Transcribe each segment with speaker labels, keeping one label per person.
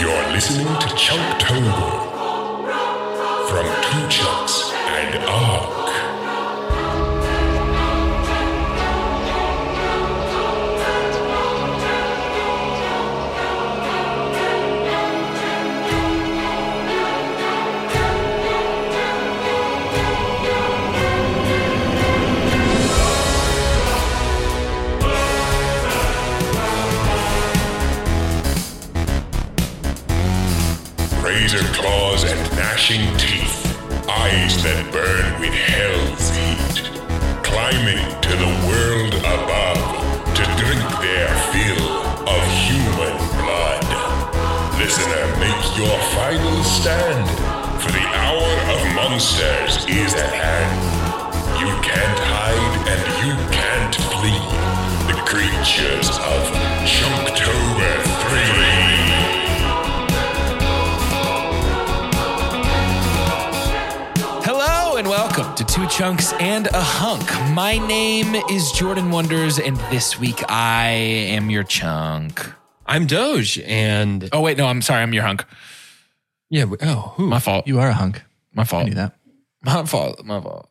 Speaker 1: You're listening to Chunk Tober from Two Chunks and Ark. Razor claws and gnashing teeth, eyes that burn with hell's heat, climbing to the world above to drink their fill of human blood. Listener, make your final stand, for the hour of monsters is at hand. You can't hide and you can't flee. The creatures of Chunktober 3.
Speaker 2: Hello and welcome to Two Chunks and a Hunk. My name is Jordan Wonders, and this week I am your chunk.
Speaker 3: I'm Doge, and
Speaker 2: Oh wait, no, I'm sorry, I'm your hunk.
Speaker 3: yeah, we- oh, who?
Speaker 2: My fault.
Speaker 4: You are a hunk.
Speaker 2: My
Speaker 4: I
Speaker 2: fault.
Speaker 4: knew that.
Speaker 2: My fault. My fault.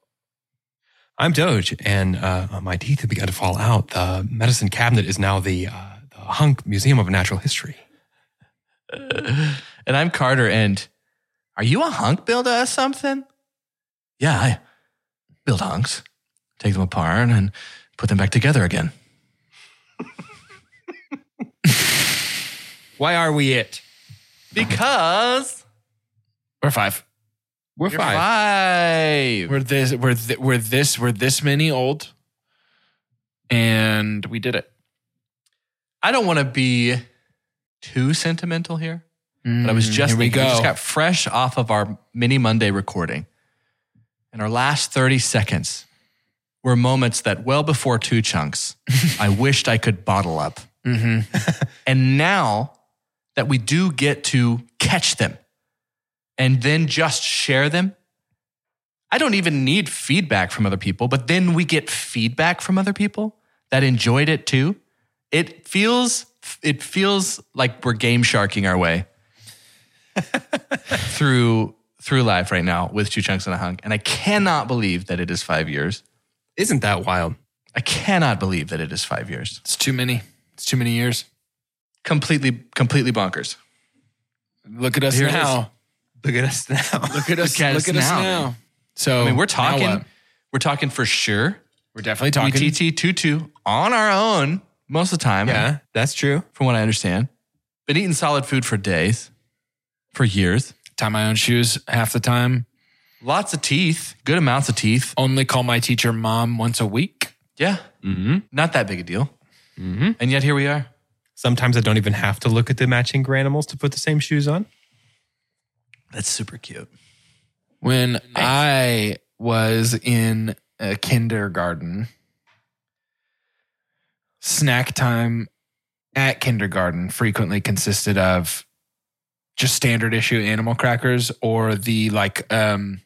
Speaker 3: I'm Doge, and uh, my teeth have begun to fall out. The medicine cabinet is now the, uh, the Hunk Museum of Natural History.
Speaker 4: And I'm Carter. And are you a hunk builder or something? Yeah, I build hunks, take them apart, and put them back together again.
Speaker 3: Why are we it?
Speaker 4: Because
Speaker 2: We're five.
Speaker 3: We're
Speaker 4: you're
Speaker 3: 5
Speaker 4: five.
Speaker 2: We're this. We're th- we're this. We're this many old, and we did it.
Speaker 4: I don't want to be too sentimental here, but I was
Speaker 2: Mm,
Speaker 4: just
Speaker 2: here we
Speaker 4: thinking,
Speaker 2: go.
Speaker 4: just got fresh off of our mini Monday recording, and our last thirty seconds were moments that, well before two chunks, I wished I could bottle up.
Speaker 2: Mhm.
Speaker 4: And now that we do get to catch them and then just share them, I don't even need feedback from other people, but then we get feedback from other people that enjoyed it too. It feels it feels like we're game sharking our way through through life right now with two chunks and a hunk. And I cannot believe that it is five years.
Speaker 3: Isn't that wild?
Speaker 4: I cannot believe that it is five years.
Speaker 2: It's too many. It's too many years.
Speaker 4: Completely, completely bonkers.
Speaker 2: Look at us
Speaker 4: Here it
Speaker 2: now.
Speaker 3: Look at us now.
Speaker 2: Look at us.
Speaker 4: Look at
Speaker 2: Look
Speaker 4: us
Speaker 2: at us
Speaker 4: now.
Speaker 2: now. So
Speaker 4: I mean, we're
Speaker 2: now
Speaker 4: talking.
Speaker 2: what?
Speaker 4: We're talking for sure.
Speaker 2: We're definitely talking.
Speaker 4: UTT two two on our own most of the time.
Speaker 3: yeah, that's true.
Speaker 4: from what I understand. Been eating solid food for days, for years.
Speaker 2: tie my own shoes half the time.
Speaker 4: Lots of teeth, good amounts of teeth.
Speaker 2: Only call my teacher mom once a week.
Speaker 4: Yeah,
Speaker 3: Mm-hmm.
Speaker 4: not that big a deal.
Speaker 3: Mm-hmm.
Speaker 4: And yet here we are.
Speaker 3: Sometimes I don't even have to look at the matching granimals to put the same shoes on.
Speaker 4: That's super cute.
Speaker 2: When I was in a kindergarten, snack time at kindergarten frequently consisted of just standard issue animal crackers or the like um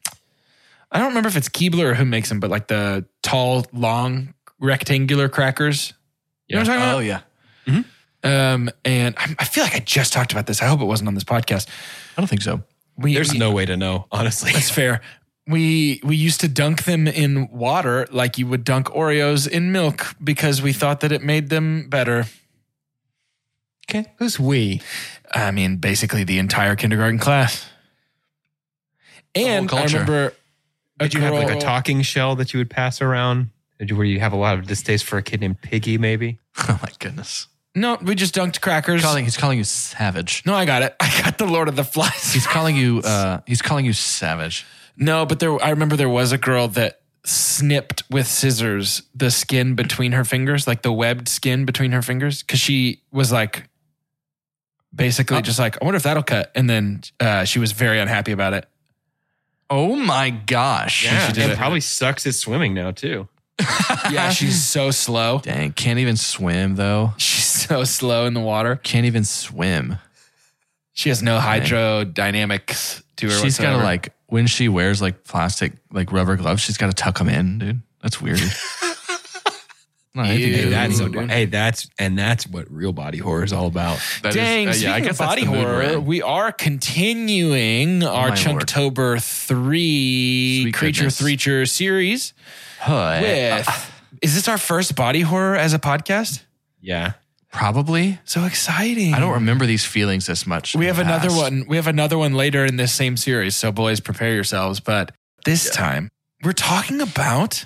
Speaker 2: I don't remember if it's Keebler or who makes them, but like the tall, long, rectangular crackers. You know what I'm talking about?
Speaker 4: Oh yeah.
Speaker 2: Um, and I, I feel like I just talked about this. I hope it wasn't on this podcast.
Speaker 4: I don't think so.
Speaker 2: We,
Speaker 3: There's
Speaker 2: we-
Speaker 3: no way to know, honestly.
Speaker 2: That's fair. We we used to dunk them in water like you would dunk Oreos in milk because we thought that it made them better.
Speaker 3: okay. Who's we?
Speaker 2: I mean, basically the entire kindergarten class.
Speaker 4: whole
Speaker 2: And I
Speaker 4: culture.
Speaker 2: remember a
Speaker 3: Did you have like a
Speaker 2: girl-
Speaker 3: talking shell that you would pass around? Did you, where you have a lot of distaste for a kid named Piggy, maybe?
Speaker 4: Oh my goodness.
Speaker 2: No, we just dunked crackers.
Speaker 4: He's calling, he's calling you savage.
Speaker 2: no, I got it. I got the Lord of the Flies.
Speaker 4: He's calling you. Uh, he's calling you savage.
Speaker 2: No, but there I remember there was a girl that snipped with scissors the skin between her fingers, like the webbed skin between her fingers cuz she was like
Speaker 4: Oh.
Speaker 2: basically just like I wonder if that'll cut and then uh, she was very unhappy about it.
Speaker 4: Oh my gosh.
Speaker 2: Yeah. she did
Speaker 3: and
Speaker 2: it.
Speaker 3: probably sucks at swimming now, too.
Speaker 2: Yeah, she's so slow.
Speaker 4: Dang, can't even swim though.
Speaker 2: She's so slow in the water.
Speaker 4: Can't even swim.
Speaker 2: She has no hydrodynamics to her.
Speaker 4: She's got to
Speaker 2: whatsoever.
Speaker 4: like when she wears like plastic like rubber gloves, she's got to tuck them in, dude. That's weird.
Speaker 2: No, I think
Speaker 4: Ew.
Speaker 3: Hey,
Speaker 2: it's
Speaker 3: that's
Speaker 2: illegal, dude.
Speaker 3: hey, that's and that's what real body horror is all about.
Speaker 4: That is-
Speaker 2: Dang,
Speaker 4: uh,
Speaker 2: speaking of
Speaker 4: that's
Speaker 2: body
Speaker 4: the mood
Speaker 2: horror,
Speaker 4: we're in. Oh
Speaker 2: we are continuing our
Speaker 4: my lord.
Speaker 2: Chunktober 3
Speaker 4: Sweet
Speaker 2: Creature
Speaker 4: goodness.
Speaker 2: Creature series
Speaker 4: Huh, eh?
Speaker 2: with. is this our first body horror as a podcast?
Speaker 3: Yeah.
Speaker 4: probably.
Speaker 2: So exciting.
Speaker 4: I don't remember these feelings this much.
Speaker 2: We
Speaker 4: in
Speaker 2: have
Speaker 4: the
Speaker 2: another
Speaker 4: past.
Speaker 2: one. We have another one later in this same series. So, boys, prepare yourselves. But this time, we're talking about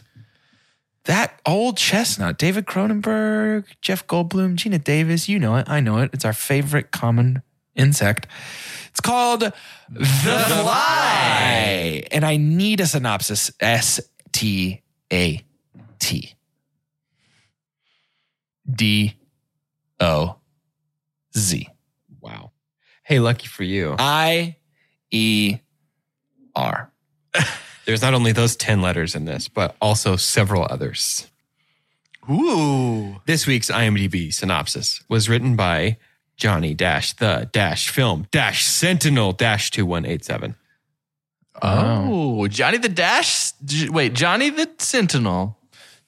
Speaker 2: that old chestnut David Cronenberg, Jeff Goldblum, Gina Davis. You know it. I know it. It's our favorite common insect. It's called The, Fly. And I need a synopsis S T A T D O Z.
Speaker 3: Wow. Hey, lucky for you.
Speaker 2: I E R.
Speaker 3: There's not only those 10 letters in this, but also several others.
Speaker 4: Ooh.
Speaker 3: This week's IMDb synopsis was written by Johnny Dash the Dash Film Dash Sentinel Dash 2187.
Speaker 4: Oh, Johnny the Dash. J- Wait, Johnny the Sentinel.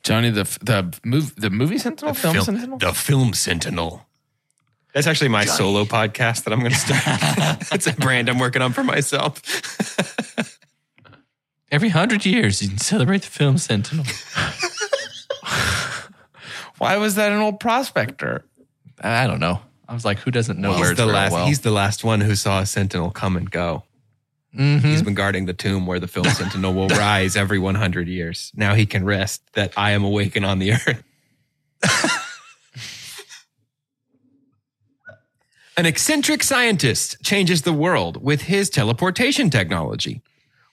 Speaker 2: Johnny the the move the movie Sentinel film,
Speaker 3: Film-
Speaker 2: Sentinel.
Speaker 3: The Film Sentinel. That's actually my solo podcast that I'm going to start. That's a brand I'm working on for myself.
Speaker 4: Every hundred years, you can celebrate the film Sentinel.
Speaker 2: Why was that an old prospector?
Speaker 4: I don't know. I was like, who doesn't know
Speaker 3: He's
Speaker 4: words
Speaker 3: the,
Speaker 4: very
Speaker 3: last,
Speaker 4: well?
Speaker 3: he's the last one who saw a Sentinel come and go.
Speaker 4: Mhm.
Speaker 3: He's been guarding the tomb where the film sentinel will rise every 100 years. Now he can rest that I am awakened on the earth. An eccentric scientist changes the world with his teleportation technology.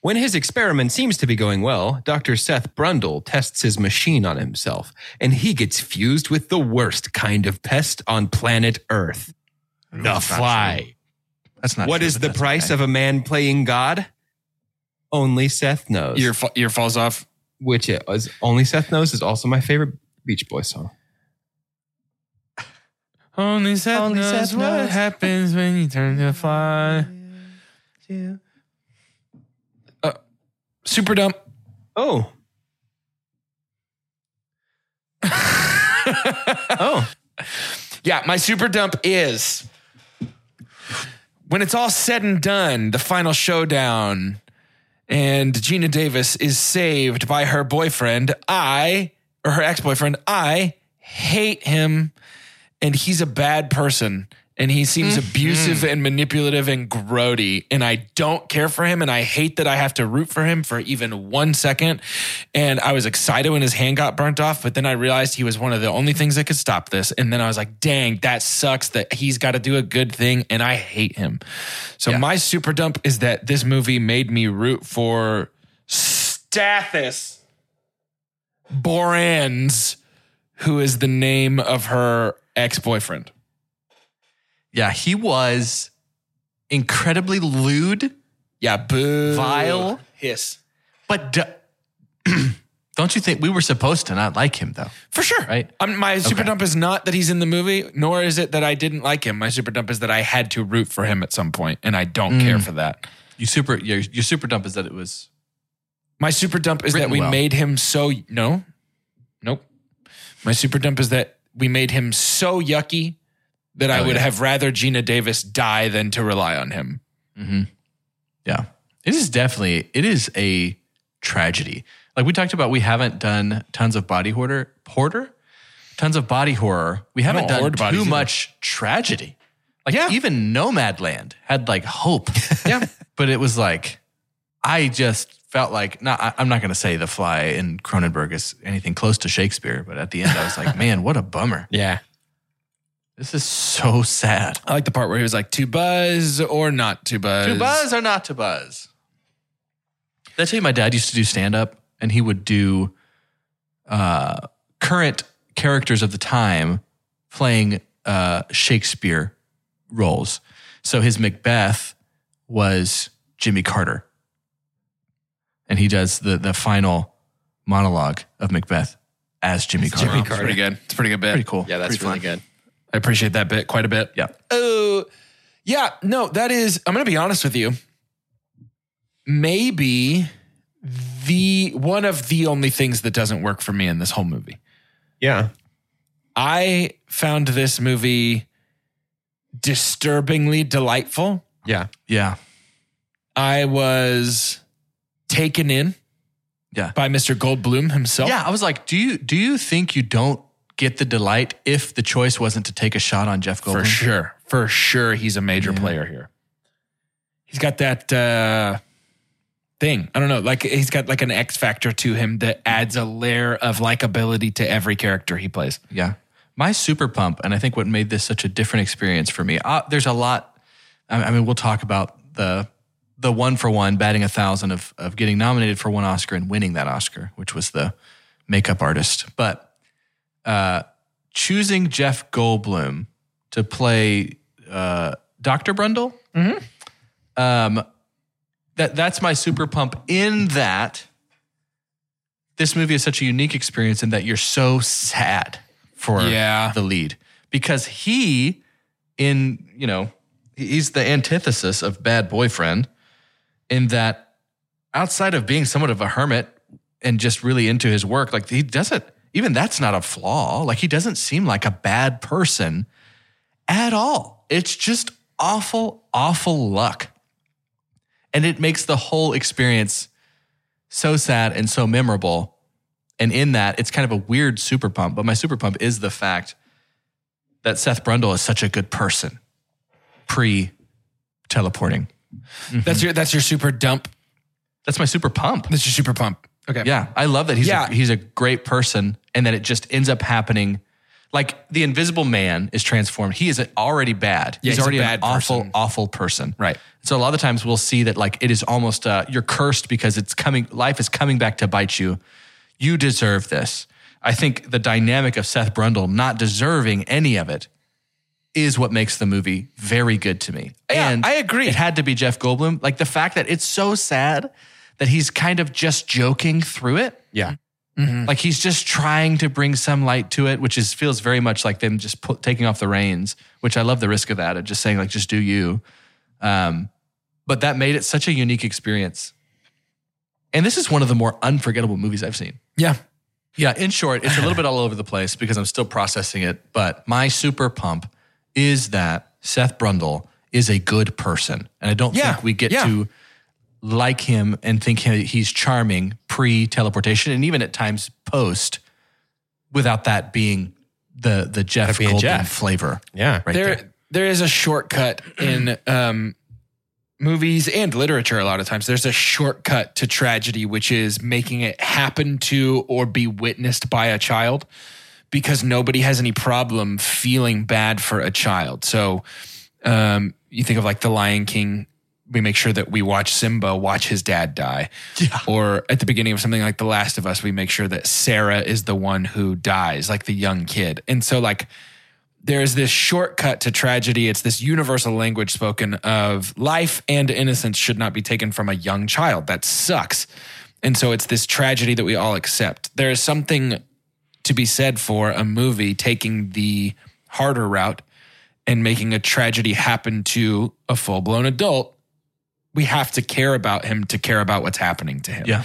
Speaker 3: When his experiment seems to be going well, Dr. Seth Brundle tests his machine on himself, and he gets fused with the worst kind of pest on planet Earth the
Speaker 4: that's not
Speaker 3: fly.
Speaker 4: true. That's not
Speaker 3: What
Speaker 4: true,
Speaker 3: is
Speaker 4: but
Speaker 3: the
Speaker 4: that's
Speaker 3: price
Speaker 4: okay.
Speaker 3: of a man playing God? Only Seth knows.
Speaker 2: Ear fa- ear falls off.
Speaker 3: Which it was Only Seth Knows is also my favorite Beach Boy song.
Speaker 2: Only Seth
Speaker 3: Only
Speaker 2: knows
Speaker 3: Seth
Speaker 2: what
Speaker 3: knows.
Speaker 2: happens when you turn to fly. Uh, super dump.
Speaker 3: Oh. oh.
Speaker 2: Yeah, my super dump is when it's all said and done, the final showdown, and Gina Davis is saved by her boyfriend, I, or her ex boyfriend, I hate him, and he's a bad person. And he seems abusive and manipulative and grody. And I don't care for him. And I hate that I have to root for him for even one second. And I was excited when his hand got burnt off, but then I realized he was one of the only things that could stop this. And then I was like, dang, that sucks that he's got to do a good thing. And I hate him. So my super dump is that this movie made me root for Stathis Borans, who is the name of her ex boyfriend.
Speaker 4: Yeah, he was incredibly lewd,
Speaker 2: Yeah, boo.
Speaker 4: Vile.
Speaker 2: Hiss.
Speaker 4: but d- don't you think we were supposed to not like him though?
Speaker 2: For sure.
Speaker 4: Right.
Speaker 2: Um, my super
Speaker 4: Okay.
Speaker 2: dump is not that he's in the movie, nor is it that I didn't like him. My super dump is that I had to root for him at some point, and I don't
Speaker 4: Mm.
Speaker 2: care for that.
Speaker 4: You super your, your super dump is that it was
Speaker 2: My super dump is that
Speaker 4: Written
Speaker 2: we
Speaker 4: well.
Speaker 2: made him so no, nope. My super dump is that we made him so yucky that I
Speaker 4: Oh,
Speaker 2: would
Speaker 4: yeah.
Speaker 2: have rather Gina Davis die than to rely on him.
Speaker 4: Yeah. It is definitely it is a tragedy. Like we talked about, we haven't done tons of body horror porter, tons of body horror. We haven't
Speaker 2: don't
Speaker 4: done
Speaker 2: hoard bodies
Speaker 4: too
Speaker 2: either.
Speaker 4: much tragedy. Like
Speaker 2: Yeah.
Speaker 4: even Nomadland had like hope.
Speaker 2: Yeah.
Speaker 4: but it was like I just felt like not I, I'm not gonna say the fly in Cronenberg is anything close to Shakespeare, but at the end I was like, man, what a bummer.
Speaker 3: Yeah.
Speaker 4: This is so sad.
Speaker 2: I like the part where he was like to buzz or not to buzz.
Speaker 4: To buzz or not to buzz? Did I tell you my dad used to do stand up and he would do uh, current characters of the time playing uh, Shakespeare roles. So his Macbeth was Jimmy Carter. And he does the, the final monologue of Macbeth as Jimmy Carter.
Speaker 2: Jimmy Carter. Pretty good. It's a pretty good bit.
Speaker 4: Pretty cool.
Speaker 3: Yeah, that's
Speaker 4: Pretty
Speaker 3: really
Speaker 4: fun.
Speaker 3: good.
Speaker 2: I appreciate that bit quite a bit.
Speaker 4: Yeah.
Speaker 2: Oh, yeah. No, that is, I'm going to be honest with you. Maybe the one of the only things that doesn't work for me in this whole movie.
Speaker 3: Yeah.
Speaker 2: I found this movie disturbingly delightful.
Speaker 3: Yeah.
Speaker 4: Yeah.
Speaker 2: I was taken in
Speaker 4: Yeah.
Speaker 2: by Mr. Goldblum himself.
Speaker 4: Yeah, I was like, do you do you think you don't get the delight if the choice wasn't to take a shot on Jeff Goldblum?
Speaker 2: For sure. For sure he's a major player here. He's got that uh thing. I don't know, like he's got like an X factor to him that adds a layer of likability to every character he plays.
Speaker 4: Yeah. My super pump, and I think what made this such a different experience for me. Uh, there's a lot. I I mean, we'll talk about the the one for one batting a thousand of of getting nominated for one Oscar and winning that Oscar, which was the makeup artist. But uh, choosing Jeff Goldblum to play uh, Doctor Brundle, um, that that's my super pump. In that, this movie is such a unique experience, in that you're so sad for
Speaker 2: Yeah.
Speaker 4: the lead because he in you know he- he's the antithesis of bad boyfriend in that outside of being somewhat of a hermit and just really into his work like he doesn't even that's not a flaw like he doesn't seem like a bad person at all it's just awful awful luck and it makes the whole experience so sad and so memorable and in that, it's kind of a weird super pump, but my super pump is the fact that Seth Brundle is such a good person pre teleporting.
Speaker 2: That's your that's your super dump.
Speaker 4: That's my super pump.
Speaker 2: That's your super pump. Okay.
Speaker 4: Yeah, I love that he's
Speaker 2: Yeah.
Speaker 4: a, he's a great person and that it just ends up happening like the invisible man is transformed. He is already bad.
Speaker 2: Yeah, he's a
Speaker 4: already
Speaker 2: bad
Speaker 4: an awful
Speaker 2: person.
Speaker 4: awful person.
Speaker 2: Right.
Speaker 4: So a lot of times we'll see that like it is almost uh, you're cursed because it's coming. Life is coming back to bite you. You deserve this. I think the dynamic of Seth Brundle not deserving any of it is what makes the movie very good to me.
Speaker 2: Yeah,
Speaker 4: and
Speaker 2: I agree.
Speaker 4: It had to be Jeff Goldblum. Like the fact that it's so sad that he's kind of just joking through it.
Speaker 3: Yeah.
Speaker 2: Hmm.
Speaker 4: Like he's just trying to bring some light to it, which is feels very much like them just pu- taking off the reins, which I love the risk of that and just saying like just do you. Um, but that made it such a unique experience. And this is one of the more unforgettable movies I've seen.
Speaker 2: Yeah.
Speaker 4: Yeah, in short, it's a little bit all over the place because I'm still processing it, but my super pump is that Seth Brundle is a good person. And I don't
Speaker 2: Yeah,
Speaker 4: think we get
Speaker 2: yeah.
Speaker 4: to like him and think he- he's charming pre teleportation and even at times post without that being the the Jeff
Speaker 3: being
Speaker 4: Goldblum
Speaker 3: Jeff.
Speaker 4: flavor
Speaker 3: Yeah.
Speaker 4: right
Speaker 2: there,
Speaker 4: there.
Speaker 2: there is a shortcut in um, movies and literature. A lot of times, there's a shortcut to tragedy, which is making it happen to or be witnessed by a child, because nobody has any problem feeling bad for a child. So, um, you think of like the Lion King. We make sure that we watch Simba watch his dad die. Or at the beginning of something like The Last of Us, we make sure that Sarah is the one who dies, like the young kid. And so, like, there's this shortcut to tragedy. It's this universal language spoken of life and innocence should not be taken from a young child. That sucks. And so it's this tragedy that we all accept. There is something to be said for a movie taking the harder route and making a tragedy happen to a full blown adult. We have to care about him to care about what's happening to him
Speaker 4: Yeah.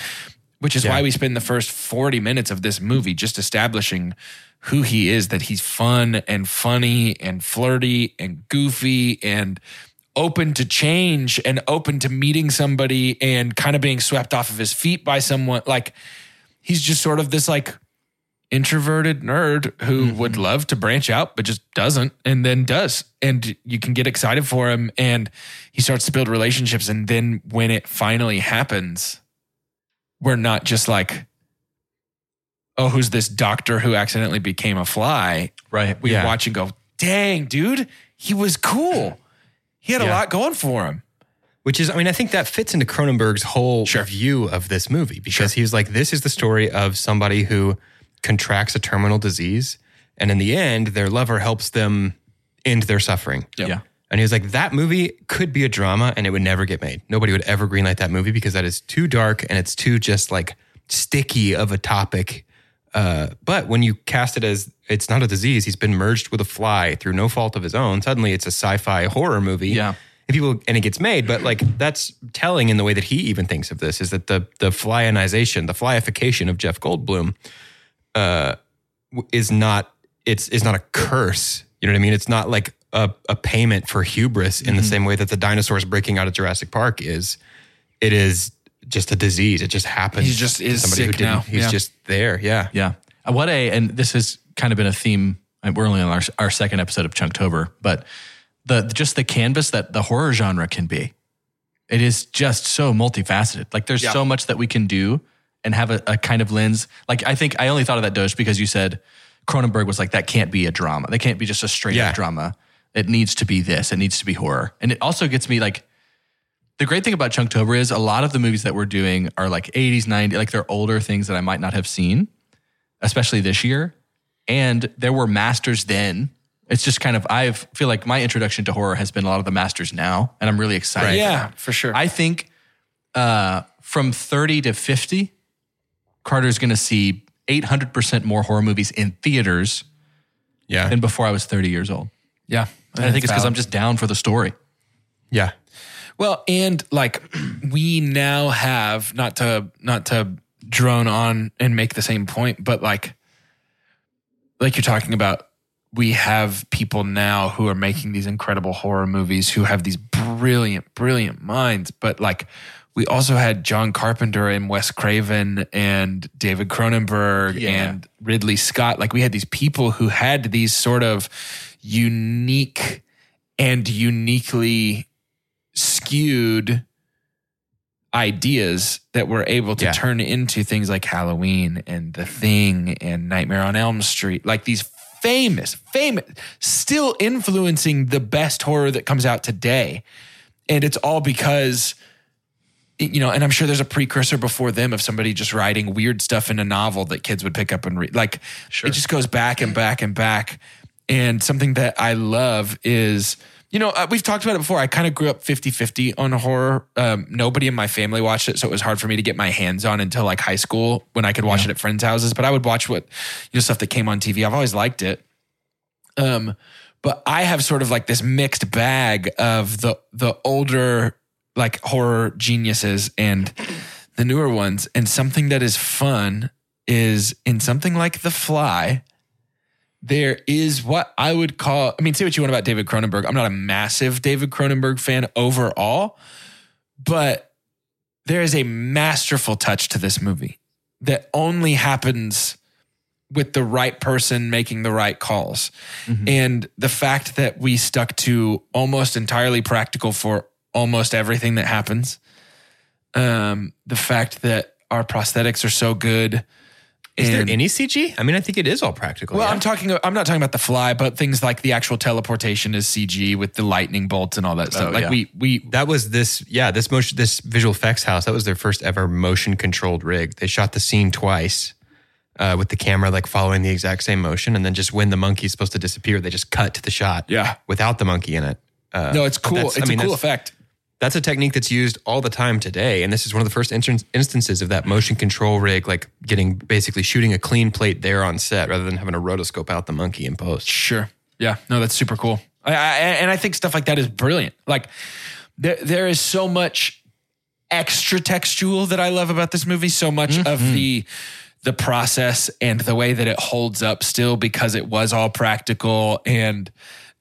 Speaker 2: which is why we spend the first 40 minutes of this movie just establishing who he is that he's fun and funny and flirty and goofy and open to change and open to meeting somebody and kind of being swept off of his feet by someone like he's just sort of this like introverted nerd who would love to branch out but just doesn't and then does and you can get excited for him and he starts to build relationships and then when it finally happens we're not just like oh who's this doctor who accidentally became a fly
Speaker 4: Right.
Speaker 2: we
Speaker 4: yeah.
Speaker 2: watch and go dang dude he was cool he had a
Speaker 3: Yeah.
Speaker 2: lot going for him
Speaker 3: Which is, I mean, I think that fits into Cronenberg's whole
Speaker 2: Sure.
Speaker 3: view of this movie because he was like, this is the story of somebody who contracts a terminal disease. And in the end, their lover helps them end their suffering.
Speaker 2: Yeah.
Speaker 4: Yeah.
Speaker 3: And he was like, that movie could be a drama and it would never get made. Nobody would ever greenlight that movie because that is too dark and it's too just like sticky of a topic. Uh, but when you cast it as it's not a disease, he's been merged with a fly through no fault of his own. Suddenly it's a sci fi horror movie.
Speaker 4: Yeah.
Speaker 3: And people and it gets made, but like that's telling in the way that he even thinks of this is that the the flyionization, the flyification of Jeff Goldblum uh, w- is not it's it's not a curse. You know what I mean? It's not like a, a payment for hubris in the
Speaker 2: Mm-hmm.
Speaker 3: same way that the dinosaurs breaking out of Jurassic Park is. It is just a disease. It just happens.
Speaker 2: He just is
Speaker 3: who
Speaker 2: sick
Speaker 3: didn't-
Speaker 2: now.
Speaker 3: He's
Speaker 2: Yeah.
Speaker 3: just there. Yeah.
Speaker 4: Yeah. Uh, What a, and this has kind of been a theme. and We're only on our, our second episode of Chunktober, but the just the canvas that the horror genre can be. It is just so multifaceted. Like there's so much that we can do and have a, a kind of lens. Like I think I only thought of that Doge because you said Cronenberg was like, that can't be a drama. That can't be just a straight
Speaker 3: Yeah.
Speaker 4: up drama. It needs to be this. It needs to be horror. And it also gets me like, the great thing about Chunktober is a lot of the movies that we're doing are like 80s, 90s, like they're older things that I might not have seen, especially this year. And there were masters then. It's just kind of I feel like my introduction to horror has been a lot of the masters now, and I'm really excited. for
Speaker 2: Yeah, for sure.
Speaker 4: I think uh, from 30 to 50, Carter's going to see 800% more horror movies in theaters
Speaker 3: Yeah.
Speaker 4: than before I was 30 years old.
Speaker 2: yeah.
Speaker 4: And I think it's because I'm just down for the story.
Speaker 3: yeah.
Speaker 2: Well, and like we now have not to not to drone on and make the same point, but like like you're talking about we have people now who are making these incredible horror movies who have these brilliant brilliant minds, but like we also had John Carpenter and Wes Craven and David Cronenberg
Speaker 4: Yeah.
Speaker 2: and Ridley Scott. Like we had these people who had these sort of unique and uniquely skewed ideas that were able to
Speaker 3: Yeah.
Speaker 2: turn into things like Halloween and The Thing and Nightmare on Elm Street, like these famous, famous, still influencing the best horror that comes out today. And it's all because, you know, and I'm sure there's a precursor before them of somebody just writing weird stuff in a novel that kids would pick up and read. Like it just goes back and back and back. And something that I love is, you know, uh, we've talked about it before. I kind of grew up 50 50 on horror. Um, nobody in my family watched it. So it was hard for me to get my hands on until like high school when I could watch it at friends' houses. But I would watch what, you know, stuff that came on TV. I've always liked it. Um, but I have sort of like this mixed bag of the the older like horror geniuses and the newer ones. And something that is fun is in something like The Fly, there is what I would call I mean, say what you want about David Cronenberg. I'm not a massive David Cronenberg fan overall, but there is a masterful touch to this movie that only happens with the right person making the right calls.
Speaker 3: Mm-hmm.
Speaker 2: And the fact that we stuck to almost entirely practical for almost everything that happens. Um, the fact that our prosthetics are so good.
Speaker 3: Is
Speaker 2: and-
Speaker 3: there any CG? I mean, I think it is all practical.
Speaker 2: well,
Speaker 3: yeah?
Speaker 2: I'm talking. I'm not talking about the fly, but things like the actual teleportation is CG with the lightning bolts and all that
Speaker 3: Oh,
Speaker 2: stuff. like
Speaker 4: yeah.
Speaker 2: we we
Speaker 3: that was this yeah this motion this visual effects house that was their first ever motion controlled rig they shot the scene twice uh, with the camera like following the exact same motion and then just when the monkey's supposed to disappear they just cut to the shot
Speaker 2: Yeah.
Speaker 3: without the monkey in it uh,
Speaker 2: no, it's cool.
Speaker 3: that's-
Speaker 2: It's
Speaker 3: I mean,
Speaker 2: a cool
Speaker 3: that's-
Speaker 2: effect.
Speaker 3: that's a technique that's used all the time today and this is one of the first instance instances of that motion control rig like getting basically shooting a clean plate there on set rather than having to rotoscope out the monkey in post
Speaker 2: Sure. Yeah. No, that's super cool. I, I, and I think stuff like that is brilliant. Like there, there is so much extra textual that I love about this movie. So much of the the process and the way that it holds up still because it was all practical and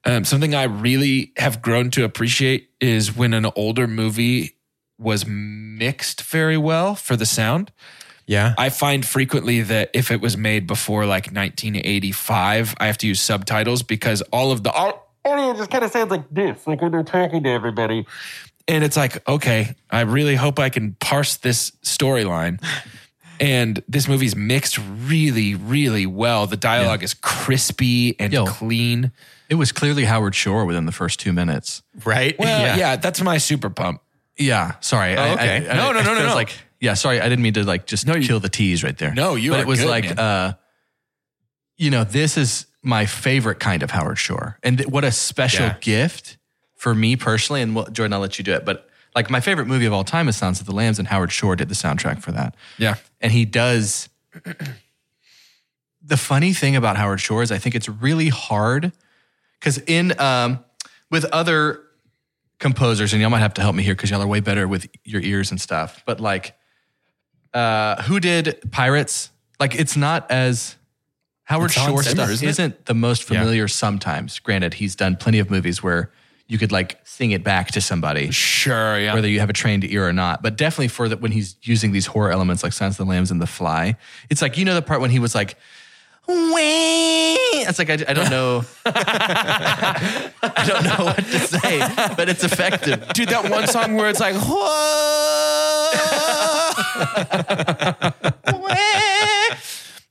Speaker 2: um, something I really have grown to appreciate is when an older movie was mixed very well for the sound.
Speaker 3: yeah
Speaker 2: I find frequently that if it was made before like 1985, I have to use subtitles because all of the all,
Speaker 5: Oh, it just kind of sounds like this, like when they're talking to everybody.
Speaker 2: and it's like, okay, I really hope I can parse this storyline. And this movie's mixed really, really well. The dialogue is crispy and
Speaker 4: Yo.
Speaker 2: clean.
Speaker 4: It was clearly Howard Shore within the first two minutes.
Speaker 3: right
Speaker 2: Well, yeah. that's my super pump.
Speaker 4: Yeah, sorry.
Speaker 3: Oh, okay. No, no, no, no,
Speaker 4: feels
Speaker 3: no.
Speaker 4: Like, yeah, sorry. I didn't mean to like just kill the tease right there.
Speaker 2: No, you
Speaker 4: But
Speaker 2: are
Speaker 4: it was
Speaker 2: good,
Speaker 4: like,
Speaker 2: man.
Speaker 4: uh, you know, this is my favorite kind of Howard Shore, and th- what a special
Speaker 3: Yeah.
Speaker 4: gift for me personally. And well, Jordan, I'll let you do it. But like my favorite movie of all time is Sounds of the Lambs, and Howard Shore did the soundtrack for that
Speaker 2: Yeah.
Speaker 4: and he does the funny thing about howard shore is i think it's really hard because in um, with other composers and y'all might have to help me here because y'all are way better with your ears and stuff but like uh, who did pirates like it's not as Howard
Speaker 3: It's Alan
Speaker 4: Shore
Speaker 3: Zimmer,
Speaker 4: stuff
Speaker 3: isn't it?
Speaker 4: isn't the most familiar sometimes. Granted, he's done plenty of movies where you could like sing it back to somebody,
Speaker 2: Sure, yeah.
Speaker 4: whether you have a trained ear or not. But definitely for that when he's using these horror elements like Silence of the Lambs and The Fly, it's like you know the part when he was like, "Wee." It's like I, I don't know, I don't know what to say, but it's effective.
Speaker 2: Dude, that one song where it's like, whoa.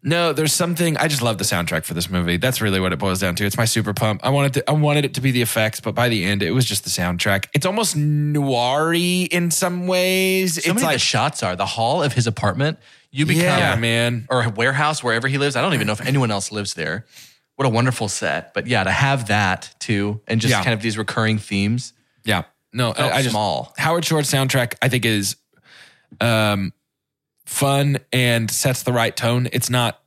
Speaker 2: No, there's something. I just love the soundtrack for this movie. That's really what it boils down to. It's my super pump. I wanted to, I wanted it to be the effects, but by the end, it was just the soundtrack. It's almost noiry in some ways.
Speaker 4: So
Speaker 2: it's
Speaker 4: many of
Speaker 2: like
Speaker 4: the shots are the hall of his apartment. You become
Speaker 2: yeah, man.
Speaker 4: or a warehouse wherever he lives. I don't even know if anyone else lives there. What a wonderful set. But yeah, to have that too, and just
Speaker 2: Yeah.
Speaker 4: kind of these recurring themes.
Speaker 2: Yeah. No,
Speaker 4: Felt
Speaker 2: I, I just
Speaker 4: small.
Speaker 2: Howard Shore's soundtrack I think is um fun and sets the right tone. It's not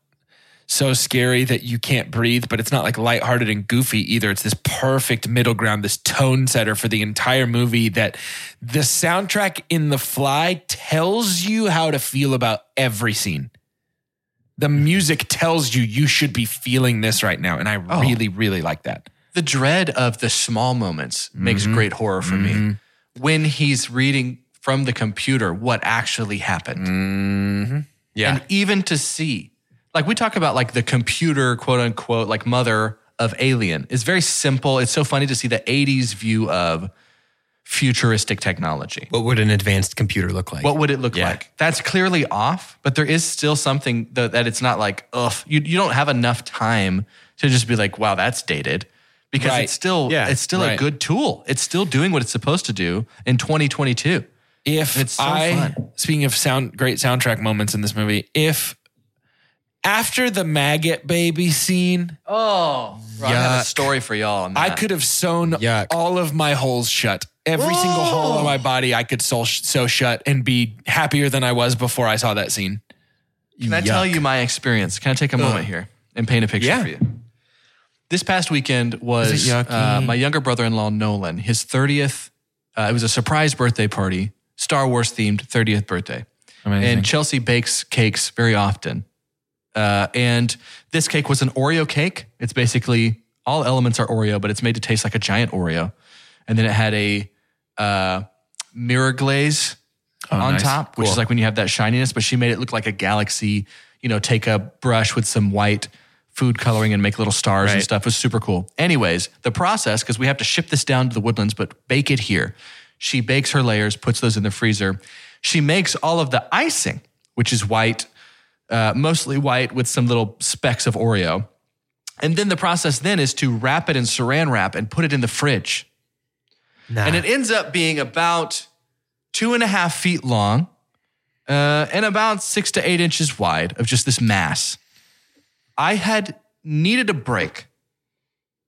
Speaker 2: so scary that you can't breathe, but it's not like lighthearted and goofy either. It's this perfect middle ground, this tone setter for the entire movie that the soundtrack in The Fly tells you how to feel about every scene. The
Speaker 4: Mm-hmm.
Speaker 2: music tells you you should be feeling this right now. And I really, really like that.
Speaker 4: Oh.
Speaker 2: Mm-hmm.
Speaker 4: The dread of the small moments makes great horror for me. When he's reading from the computer what actually happened.
Speaker 2: Mm-hmm.
Speaker 3: Yeah.
Speaker 4: And even to see, like we talk about like the computer, quote unquote, like mother of alien. It's very simple. It's so funny to see the 80s view of futuristic technology.
Speaker 3: what would an advanced computer look like?
Speaker 4: What would it look
Speaker 3: Yeah.
Speaker 4: like? That's clearly off, but there is still something that, that it's not like, ugh, you, you don't have enough time to just be like, wow, that's dated. Because
Speaker 2: Right.
Speaker 4: it's still
Speaker 3: Yeah.
Speaker 4: it's still a
Speaker 2: Right.
Speaker 4: good tool. It's still doing what it's supposed to do in 2022.
Speaker 2: If
Speaker 4: It's so
Speaker 2: I,
Speaker 4: fun.
Speaker 2: speaking of sound, great soundtrack moments in this movie, if after the maggot baby scene,
Speaker 4: Oh, I have a
Speaker 3: Yuck.
Speaker 4: story for y'all on that.
Speaker 2: I could have sewn
Speaker 3: Yuck.
Speaker 2: all of my holes shut. Every single hole in my body, I could sew, sew shut and be happier than I was before I saw that scene.
Speaker 4: Can I tell you my experience? Can I take a moment here and paint a picture
Speaker 3: Yeah.
Speaker 4: for you? This past weekend was uh, my younger brother-in-law Nolan, his 30th. Uh, it was a surprise birthday party, Star Wars themed 30th birthday. And Chelsea bakes cakes very often. Uh, and this cake was an Oreo cake. It's basically all elements are Oreo, but it's made to taste like a giant Oreo. And then it had a uh, mirror glaze on
Speaker 2: nice.
Speaker 4: top, which is like when you have that shininess, but she made it look like a galaxy, you know, take a brush with some white food coloring and make little stars and stuff. It was super cool. Anyways, the process, because we have to ship this down to the woodlands, but bake it here. She bakes her layers, puts those in the freezer. She makes all of the icing, which is white, uh, mostly white with some little specks of Oreo. And then the process then is to wrap it in saran wrap and put it in the fridge. And it ends up being about two and a half feet long uh, and about six to eight inches wide of just this mass. I had needed a break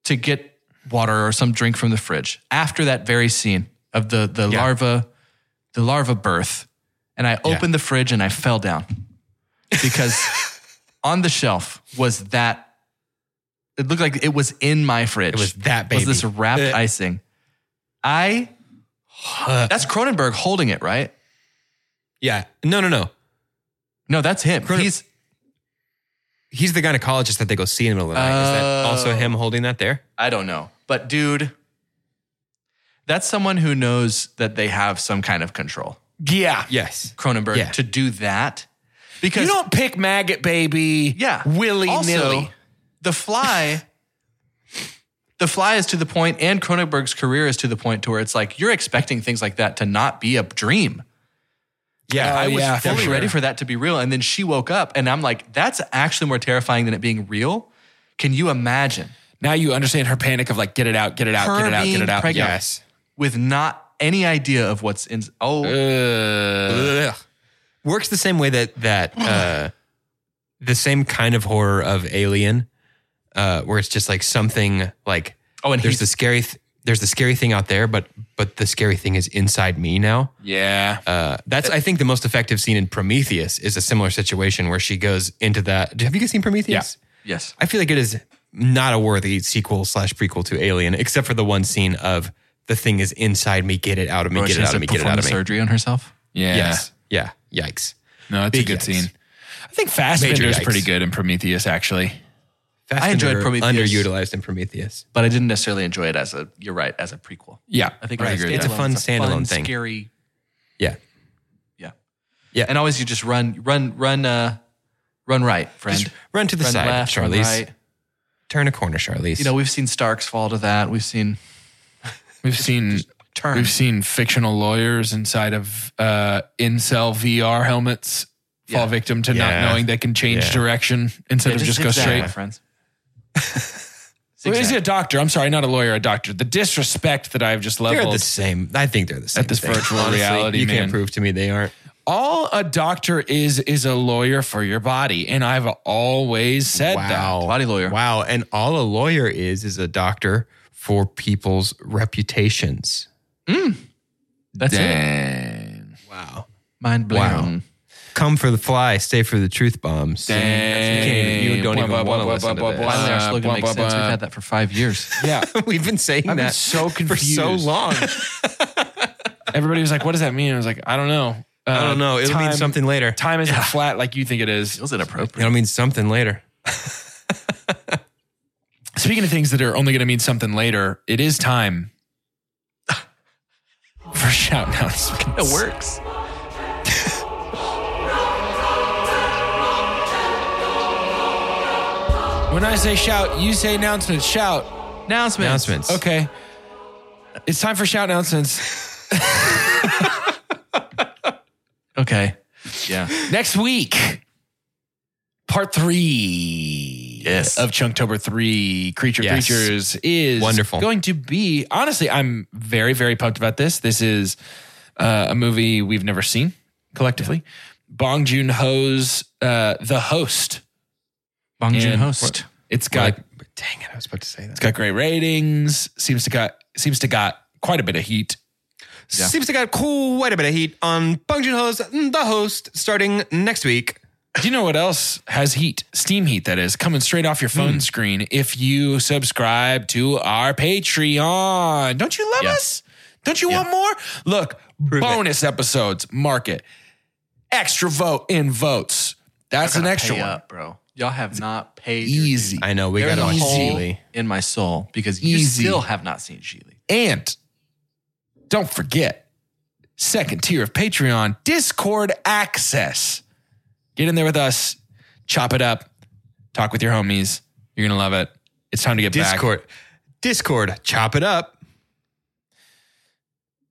Speaker 4: to get water or some drink from the fridge after that very scene of the, the larva, the larva birth. And I opened the fridge and I fell down because on the shelf was that. It looked like it was in my fridge.
Speaker 3: was that
Speaker 4: Was this
Speaker 3: baby.
Speaker 4: wrapped
Speaker 3: Uh.
Speaker 4: icing? I. That's Cronenberg holding it, right?
Speaker 3: yeah. No, no, no.
Speaker 4: No, that's him.
Speaker 3: Cronin-
Speaker 4: He's
Speaker 3: He's the gynecologist that they go see in the middle of the night. Is that
Speaker 4: Oh.
Speaker 3: also him holding that there?
Speaker 4: I don't know. But dude, that's someone who knows that they have some kind of control.
Speaker 2: yeah.
Speaker 3: Yes.
Speaker 4: Cronenberg
Speaker 3: Yeah.
Speaker 4: to do that.
Speaker 2: You
Speaker 4: Because
Speaker 2: don't pick maggot baby
Speaker 4: yeah,
Speaker 2: willy
Speaker 4: Also,
Speaker 2: nilly.
Speaker 4: The fly The fly is to the point and Cronenberg's career is to the point to where it's like you're expecting things like that to not be a dream.
Speaker 3: Yeah.
Speaker 2: Oh,
Speaker 3: I was
Speaker 2: yeah, for
Speaker 4: fully
Speaker 2: sure.
Speaker 4: ready for that to be real. And then she woke up and I'm like, that's actually more terrifying than it being real. Can you imagine?
Speaker 2: Now you understand her panic of like, get it out, get it out,
Speaker 4: Her
Speaker 2: get it out, get
Speaker 4: being
Speaker 2: it out.
Speaker 4: pregnant.
Speaker 2: Yeah.
Speaker 3: Yes.
Speaker 4: with not any idea of what's in. Oh,
Speaker 3: Uh, Ugh. Works the same way that that uh, the same kind of horror of Alien, uh, where it's just like something like
Speaker 4: oh, and
Speaker 3: there's
Speaker 4: he's
Speaker 3: the scary th- there's the scary thing out there, but but the scary thing is inside me now.
Speaker 2: Yeah.
Speaker 3: Uh, that's I think the most effective scene in Prometheus is a similar situation where she goes into that. Have you guys seen Prometheus?
Speaker 4: yes.
Speaker 3: I feel like it is not a worthy sequel slash prequel to Alien, except for the one scene of the thing is inside me, get it out of me,
Speaker 4: Where
Speaker 3: get
Speaker 4: she
Speaker 3: it
Speaker 4: has
Speaker 3: out
Speaker 4: to
Speaker 3: of me, get it
Speaker 4: perform
Speaker 3: out
Speaker 4: the
Speaker 3: of me.
Speaker 4: surgery on herself.
Speaker 2: Yeah.
Speaker 3: Yes. Yeah. Yikes.
Speaker 2: No, it's a
Speaker 3: Big
Speaker 2: good
Speaker 3: yikes.
Speaker 2: scene. I think Fassbender is
Speaker 3: yikes.
Speaker 2: pretty good in Prometheus, actually. That's
Speaker 4: I enjoyed
Speaker 3: Under-
Speaker 4: Prometheus.
Speaker 3: Underutilized in Prometheus.
Speaker 4: but I didn't necessarily enjoy it as a. You're right, as a prequel.
Speaker 2: Yeah.
Speaker 4: I think
Speaker 3: Right.
Speaker 4: it's,
Speaker 3: It's a
Speaker 4: fun,
Speaker 3: fun standalone thing.
Speaker 4: Scary.
Speaker 3: Yeah.
Speaker 4: Yeah.
Speaker 3: Yeah.
Speaker 4: And always you just run, run, run, uh, run right, friend.
Speaker 3: Just run to the
Speaker 4: run
Speaker 3: side,
Speaker 4: left, run
Speaker 3: Charlize.
Speaker 4: right.
Speaker 3: Turn a corner, Charlize.
Speaker 4: You know, we've seen Starks fall to that. We've seen
Speaker 2: We've seen
Speaker 4: turn.
Speaker 2: we've seen fictional lawyers inside of uh incel VR helmets fall
Speaker 4: Yeah.
Speaker 2: victim to
Speaker 3: Yeah.
Speaker 2: not knowing they can change
Speaker 3: Yeah.
Speaker 2: direction instead
Speaker 4: Yeah,
Speaker 2: of just go
Speaker 4: zigzag,
Speaker 2: straight.
Speaker 4: my friends.
Speaker 2: Well,
Speaker 4: Zigzag.
Speaker 2: Is he a doctor? I'm sorry, not a lawyer, a doctor. The disrespect that I've just
Speaker 3: they're
Speaker 2: leveled.
Speaker 3: the same. I think they're the same.
Speaker 2: At this
Speaker 3: thing.
Speaker 2: virtual reality,
Speaker 3: you
Speaker 2: man.
Speaker 3: can't prove to me they aren't.
Speaker 2: All a doctor is is a lawyer for your body, and I've always said
Speaker 3: Wow.
Speaker 4: Body lawyer.
Speaker 3: Wow. And all a lawyer is is a doctor for people's reputations.
Speaker 4: That's it.
Speaker 2: Dang.
Speaker 3: Wow.
Speaker 4: Mind blown.
Speaker 3: Wow. Come for the fly, stay for the truth bombs. You, can't even- you don't
Speaker 2: Blah,
Speaker 3: even
Speaker 2: blah,
Speaker 3: want to
Speaker 2: blah,
Speaker 3: listen
Speaker 2: blah,
Speaker 3: to
Speaker 2: blah,
Speaker 4: Finally, our
Speaker 2: Uh,
Speaker 4: slogan
Speaker 2: blah,
Speaker 4: makes
Speaker 2: blah,
Speaker 4: sense. We've
Speaker 2: blah.
Speaker 4: had that for five years.
Speaker 2: Yeah,
Speaker 3: this. We've been saying
Speaker 2: I've been
Speaker 3: that
Speaker 2: so
Speaker 3: for
Speaker 2: confused
Speaker 3: so long.
Speaker 2: Everybody was like, "What does that mean?" I was like, "I don't know. Uh,
Speaker 3: I don't know. It'll
Speaker 2: time,
Speaker 3: mean something later.
Speaker 2: Time isn't flat like you think it is."
Speaker 4: Feels inappropriate.
Speaker 3: It'll mean something later.
Speaker 2: Speaking of things that are only going to mean something later, it is time for shout outs.
Speaker 4: It works.
Speaker 2: When I say shout, you say announcements. Shout.
Speaker 4: Announcements.
Speaker 3: Announcements.
Speaker 2: Okay. It's time for shout announcements.
Speaker 4: Okay. Yeah.
Speaker 2: Next week, part three
Speaker 4: Yes.
Speaker 2: of Chunktober 3 Creature
Speaker 3: Yes.
Speaker 2: Creatures is
Speaker 3: Wonderful.
Speaker 2: going to be, honestly, I'm very, very pumped about this. This is uh, a movie we've never seen collectively. Bong Joon Ho's uh, The Host.
Speaker 4: Bong Joon
Speaker 2: And-
Speaker 4: host.
Speaker 2: It's got
Speaker 3: Like, dang it, I was about to say that.
Speaker 2: It's got great ratings. Seems to got seems to got quite a bit of heat.
Speaker 4: Yeah.
Speaker 3: Seems to got quite a bit of heat on Bong Joon Ho's The Host starting next week.
Speaker 2: Do you know what else has heat? Steam heat that is coming straight off your phone screen if you subscribe to our Patreon. Don't you love
Speaker 4: Yeah.
Speaker 2: us? Don't you want more? Look,
Speaker 3: it.
Speaker 2: bonus episodes, market, extra vote in votes. That's an extra
Speaker 4: Pay
Speaker 2: one.
Speaker 4: up, bro. Y'all have not paid your
Speaker 2: Easy.
Speaker 3: I know we
Speaker 4: There's
Speaker 3: got
Speaker 4: a
Speaker 3: on
Speaker 4: hole
Speaker 3: Geely.
Speaker 4: in my soul because you
Speaker 2: Easy.
Speaker 4: still have not seen Sheely.
Speaker 2: And don't forget, second tier of Patreon, Discord access. Get in there with us, chop it up, talk with your homies. You're going to love it. It's time to get
Speaker 3: Discord. Discord, chop it up.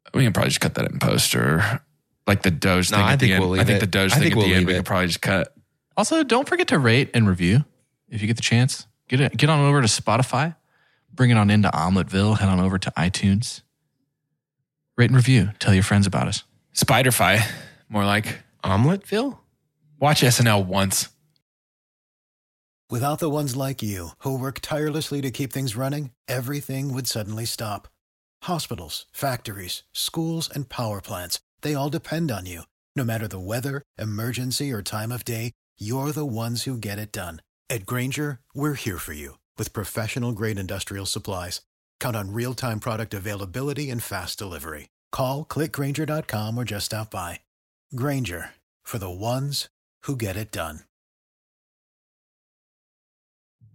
Speaker 2: back. We can probably just cut that in post or like the Doge
Speaker 3: No,
Speaker 2: thing.
Speaker 3: I
Speaker 2: at the
Speaker 3: think
Speaker 2: end.
Speaker 3: we'll leave
Speaker 2: I think
Speaker 3: it.
Speaker 2: the Doge
Speaker 3: I
Speaker 2: thing
Speaker 3: think
Speaker 2: at
Speaker 3: we'll
Speaker 2: the end,
Speaker 3: leave
Speaker 2: we
Speaker 3: it.
Speaker 2: could probably just cut.
Speaker 4: Also, don't forget to rate and review if you get the chance. Get it, get on over to Spotify, bring it on into Omeletville, head on over to iTunes. Rate and review. Tell your friends about us.
Speaker 2: Spiderfy, more like.
Speaker 3: Omeletville?
Speaker 2: Watch SNL once.
Speaker 6: Without the ones like you, who work tirelessly to keep things running, everything would suddenly stop. Hospitals, factories, schools, and power plants, they all depend on you. No matter the weather, emergency, or time of day, you're the ones who get it done. At Granger, we're here for you with professional grade industrial supplies. Count on real time product availability and fast delivery. Call clickgranger.com or just stop by. Granger for the ones who get it done.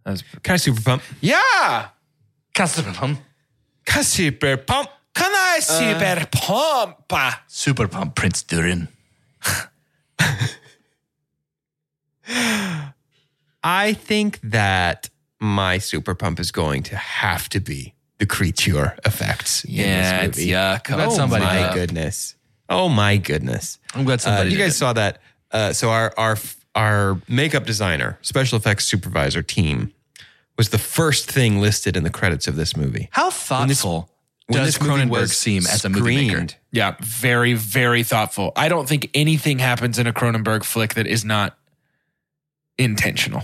Speaker 2: That was-
Speaker 3: Kind of super pump.
Speaker 2: yeah.
Speaker 4: Customer pump.
Speaker 3: Kind of super pump. Uh,
Speaker 2: Can I super pump?
Speaker 4: Super pump Prince Durin.
Speaker 3: I think that my super pump is going to have to be the creature effects.
Speaker 2: Yeah,
Speaker 3: in this
Speaker 2: it's
Speaker 3: movie.
Speaker 2: yuck.
Speaker 3: Oh
Speaker 4: somebody
Speaker 3: my
Speaker 4: did that.
Speaker 3: goodness. Oh my goodness.
Speaker 4: I'm glad
Speaker 3: Uh,
Speaker 4: somebody.
Speaker 3: you
Speaker 4: did
Speaker 3: guys
Speaker 4: it.
Speaker 3: saw that. Uh, so our our our makeup designer, special effects supervisor team was the first thing listed in the credits of this movie.
Speaker 4: how thoughtful
Speaker 3: When
Speaker 4: does
Speaker 3: this movie
Speaker 4: Cronenberg
Speaker 3: was
Speaker 4: seem as a movie maker?
Speaker 3: screened,
Speaker 2: Yeah, very, very thoughtful. I don't think anything happens in a Cronenberg flick that is not intentional.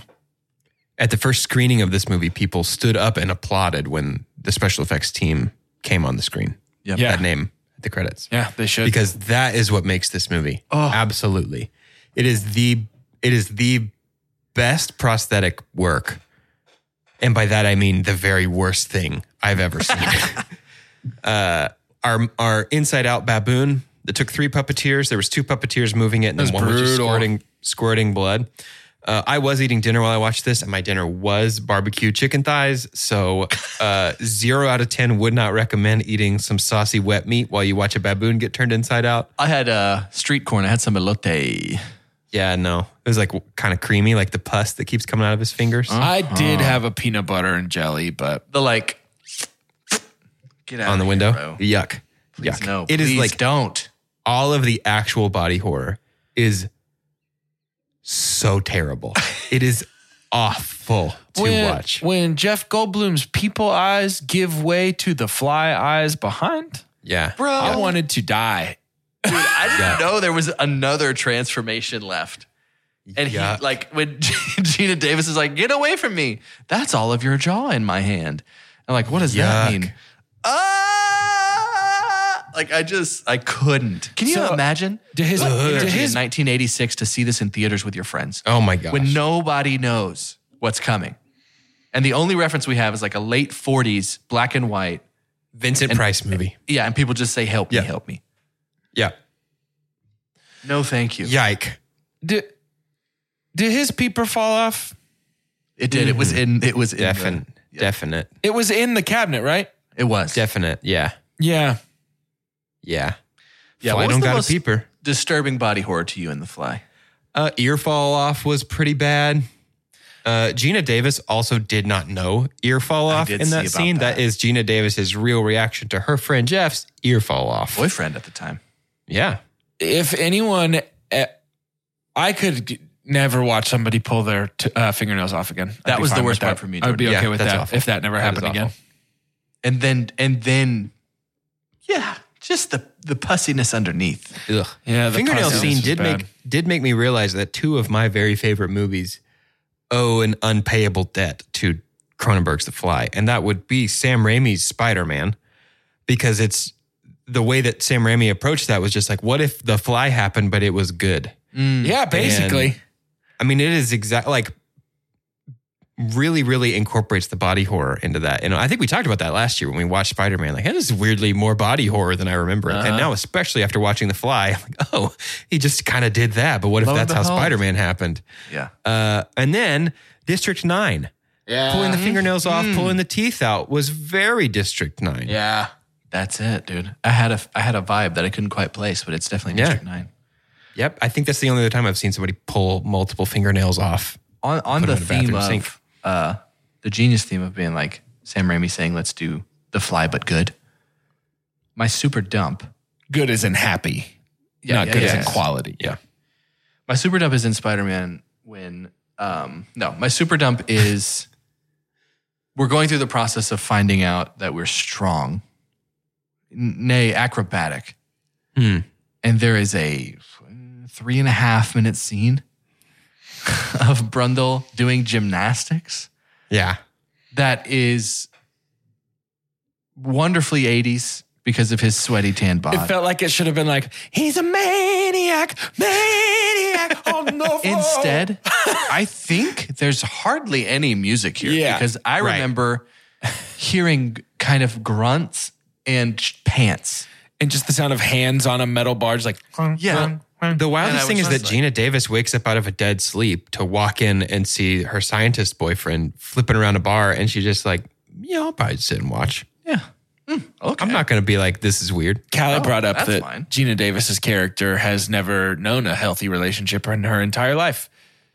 Speaker 3: At the first screening of this movie, people stood up and applauded when the special effects team came on the screen.
Speaker 4: Yep.
Speaker 2: Yeah.
Speaker 3: That name at the credits.
Speaker 2: Yeah, they should.
Speaker 3: because that is what makes this movie.
Speaker 4: Oh.
Speaker 3: Absolutely. It is the it is the best prosthetic work. And by that I mean the very worst thing I've ever seen. uh our our inside out baboon that took three puppeteers. There was two puppeteers moving it and
Speaker 2: That
Speaker 3: then
Speaker 2: was
Speaker 3: one was just
Speaker 2: brutal.
Speaker 3: squirting squirting blood. Uh, I was eating dinner while I watched this, and my dinner was barbecue chicken thighs. So, uh, zero out of 10 would not recommend eating some saucy wet meat while you watch a baboon get turned inside out.
Speaker 4: I had a street corn. I had some elote.
Speaker 3: Yeah, no. It was like kind of creamy, like the pus that keeps coming out of his fingers.
Speaker 4: Oh,
Speaker 2: I
Speaker 3: Oh.
Speaker 2: did have a peanut butter and jelly, but
Speaker 4: The like, get out
Speaker 3: on the
Speaker 4: of here,
Speaker 3: window.
Speaker 4: bro.
Speaker 3: Yuck.
Speaker 4: Please
Speaker 3: Yuck.
Speaker 4: no.
Speaker 3: It is
Speaker 4: please
Speaker 3: like
Speaker 4: don't.
Speaker 3: all of the actual body horror is so terrible. it is awful to
Speaker 2: when,
Speaker 3: watch.
Speaker 2: when Jeff Goldblum's people eyes give way to the fly eyes behind,
Speaker 3: Yeah.
Speaker 4: Bro.
Speaker 2: I wanted to die.
Speaker 4: Dude, I didn't
Speaker 3: Yeah.
Speaker 4: know there was another transformation left. And
Speaker 3: Yeah.
Speaker 4: he like when Gina Davis is like, "Get away from me!" That's all of your jaw in my hand. I'm like, "What does that
Speaker 3: Yuck.
Speaker 4: mean?" Ah! Like I just I couldn't. Can you
Speaker 2: So-
Speaker 4: imagine?
Speaker 2: Did
Speaker 3: uh,
Speaker 2: his,
Speaker 4: Like,
Speaker 2: did
Speaker 4: energy
Speaker 2: his
Speaker 4: in 1986 to see this in theaters with your friends
Speaker 3: Oh my gosh.
Speaker 4: when nobody knows what's coming, and the only reference we have is like a late 40s black and white.
Speaker 3: Vincent Price movie.
Speaker 4: Yeah, and people just say, "Help
Speaker 3: Yeah.
Speaker 4: me, help me."
Speaker 3: Yeah.
Speaker 4: No, thank you.
Speaker 3: Yike.
Speaker 2: did, did his peeper fall off?
Speaker 4: It did. It was in. It was in. the-
Speaker 3: Definite. Definite.
Speaker 2: It was in the cabinet, right?
Speaker 4: It was
Speaker 3: Definite. Yeah.
Speaker 2: Yeah.
Speaker 3: Yeah.
Speaker 4: Yeah,
Speaker 3: Fly
Speaker 4: what was
Speaker 3: don't
Speaker 4: the
Speaker 3: got
Speaker 4: most-
Speaker 3: a peeper.
Speaker 4: disturbing body horror to you in The Fly.
Speaker 3: Uh, ear fall off was pretty bad. Uh, Gina Davis also did not know ear fall
Speaker 4: I
Speaker 3: off
Speaker 4: did
Speaker 3: in
Speaker 4: see
Speaker 3: that
Speaker 4: about
Speaker 3: scene.
Speaker 4: that.
Speaker 3: that is Gina Davis's real reaction to her friend Jeff's ear fall off.
Speaker 4: Boyfriend at the time.
Speaker 3: Yeah.
Speaker 2: If anyone, eh, I could g- never watch somebody pull their t- uh, fingernails off again. I'd
Speaker 4: That
Speaker 2: be
Speaker 4: was the
Speaker 2: fine with
Speaker 4: worst part
Speaker 2: that.
Speaker 4: for me,
Speaker 2: I would be okay
Speaker 3: Jordan. Yeah,
Speaker 2: with
Speaker 3: that's
Speaker 2: that
Speaker 3: awful.
Speaker 2: if that never
Speaker 3: That is
Speaker 2: happened again.
Speaker 3: awful.
Speaker 4: And then and then yeah, just the the pussiness underneath.
Speaker 3: Ugh.
Speaker 2: Yeah, the
Speaker 3: fingernail
Speaker 2: process
Speaker 3: scene
Speaker 2: was
Speaker 3: did
Speaker 2: bad.
Speaker 3: make did make me realize that two of my very favorite movies owe an unpayable debt to Cronenberg's The Fly, and that would be Sam Raimi's Spider Man, because it's the way that Sam Raimi approached that was just like, what if The Fly happened, but it was good?
Speaker 2: Yeah, basically.
Speaker 3: And- I mean, it is exact like really, really incorporates the body horror into that. And I think we talked about that last year when we watched Spider Man. Like, hey, this is weirdly more body horror than I remember. it. And now, especially after watching The Fly, I'm like, oh, he just kind of did that. But what
Speaker 4: Lo and
Speaker 3: if that's how
Speaker 4: behold.
Speaker 3: Spider Man happened?
Speaker 4: Yeah.
Speaker 3: Uh, and then District Nine,
Speaker 2: yeah.
Speaker 3: pulling the fingernails off, pulling the teeth out, was very District Nine.
Speaker 2: Yeah.
Speaker 4: That's it, dude. I had a I had a vibe that I couldn't quite place, but it's definitely
Speaker 3: Yeah.
Speaker 4: District Nine.
Speaker 3: Yep, I think that's the only other time I've seen somebody pull multiple fingernails off.
Speaker 4: On on
Speaker 3: Put
Speaker 4: the
Speaker 3: him in the
Speaker 4: theme
Speaker 3: bathroom
Speaker 4: of
Speaker 3: sink.
Speaker 4: uh the genius theme of being like Sam Raimi saying, let's do the fly but good. My super dump.
Speaker 2: Good as in happy,
Speaker 4: Yeah,
Speaker 2: not
Speaker 4: yeah,
Speaker 2: good
Speaker 4: yeah,
Speaker 2: as in
Speaker 4: yeah.
Speaker 2: quality.
Speaker 3: Yeah.
Speaker 4: My super dump is in Spider Man when, um, no, my super dump is we're going through the process of finding out that we're strong, n- nay, acrobatic.
Speaker 3: Hmm.
Speaker 4: And there is a three and a half minute scene of Brundle doing gymnastics
Speaker 3: Yeah,
Speaker 4: that is wonderfully 80s because of his sweaty tan bod.
Speaker 2: It felt like it should have been like, he's a maniac, maniac on the floor.
Speaker 4: Instead, I think there's hardly any music here
Speaker 2: Yeah,
Speaker 4: because I
Speaker 3: right.
Speaker 4: remember hearing kind of grunts and sh- pants.
Speaker 2: and just the sound of hands on a metal barge, like,
Speaker 4: Yeah.
Speaker 3: The
Speaker 4: I
Speaker 3: wildest thing
Speaker 4: was
Speaker 3: is that
Speaker 4: just like-
Speaker 3: Gina Davis wakes up out of a dead sleep to walk in and see her scientist boyfriend flipping around a bar, and she's just like, "Yeah, I'll probably sit and watch.
Speaker 4: Yeah. Mm, okay.
Speaker 3: I'm not going to be like, this is weird."
Speaker 2: Callie
Speaker 4: Oh,
Speaker 2: brought up
Speaker 4: that's
Speaker 2: that
Speaker 4: fine.
Speaker 2: Gina Davis's character has never known a healthy relationship in her entire life.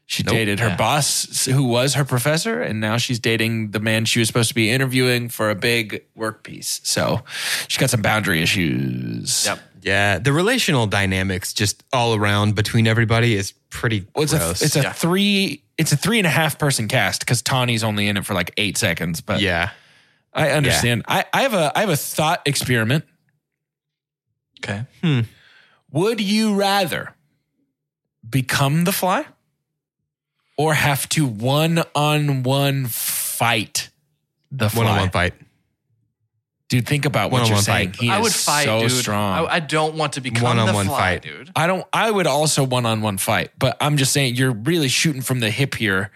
Speaker 2: She dated her boss, who was her professor, and now she's dating the man she was supposed to be interviewing for a big work piece. So she's got some boundary issues.
Speaker 4: Yep.
Speaker 3: Yeah, the relational dynamics just all around between everybody is pretty
Speaker 2: Well, it's a
Speaker 3: gross.
Speaker 2: it's a
Speaker 4: Yeah.
Speaker 2: three it's a three and a half person cast because Tawny's only in it for like eight seconds. But
Speaker 3: yeah,
Speaker 2: I understand. I, I have a I have a thought experiment.
Speaker 4: Okay.
Speaker 2: Would you rather become the fly or have to one on one fight the fly?
Speaker 3: one-on-one fight.
Speaker 2: Dude, think about what you're
Speaker 3: One-on-one
Speaker 2: saying.
Speaker 3: fight.
Speaker 2: He
Speaker 4: I
Speaker 2: is
Speaker 4: would fight,
Speaker 2: so
Speaker 4: dude.
Speaker 2: strong.
Speaker 4: I, I don't want to become
Speaker 3: One-on-one
Speaker 4: the fly,
Speaker 3: fight.
Speaker 4: dude.
Speaker 2: I don't I would also one on one fight, but I'm just saying you're really shooting from the hip here.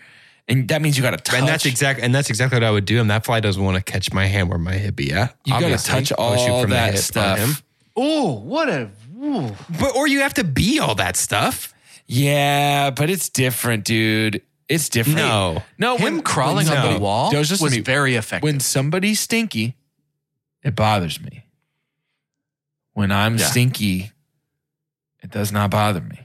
Speaker 2: And that means you got to touch.
Speaker 3: And that's exactly and that's exactly what I would do. And that fly doesn't want to catch my hand where my hip be at.
Speaker 2: You got to
Speaker 3: Obviously,
Speaker 2: touch
Speaker 3: I would shoot
Speaker 2: all
Speaker 3: from the hip
Speaker 2: that
Speaker 3: on him.
Speaker 2: stuff.
Speaker 4: Oh, what a. ooh.
Speaker 3: But or you have to be all that stuff.
Speaker 2: Yeah, but it's different, dude. It's different.
Speaker 3: No.
Speaker 2: no.
Speaker 4: Him crawling
Speaker 3: when
Speaker 4: on the
Speaker 3: somebody-
Speaker 4: wall
Speaker 2: Joe's just
Speaker 4: was
Speaker 2: me.
Speaker 4: very effective.
Speaker 2: when somebody's stinky, it bothers me. When I'm
Speaker 4: Yeah.
Speaker 2: stinky, it does not bother me.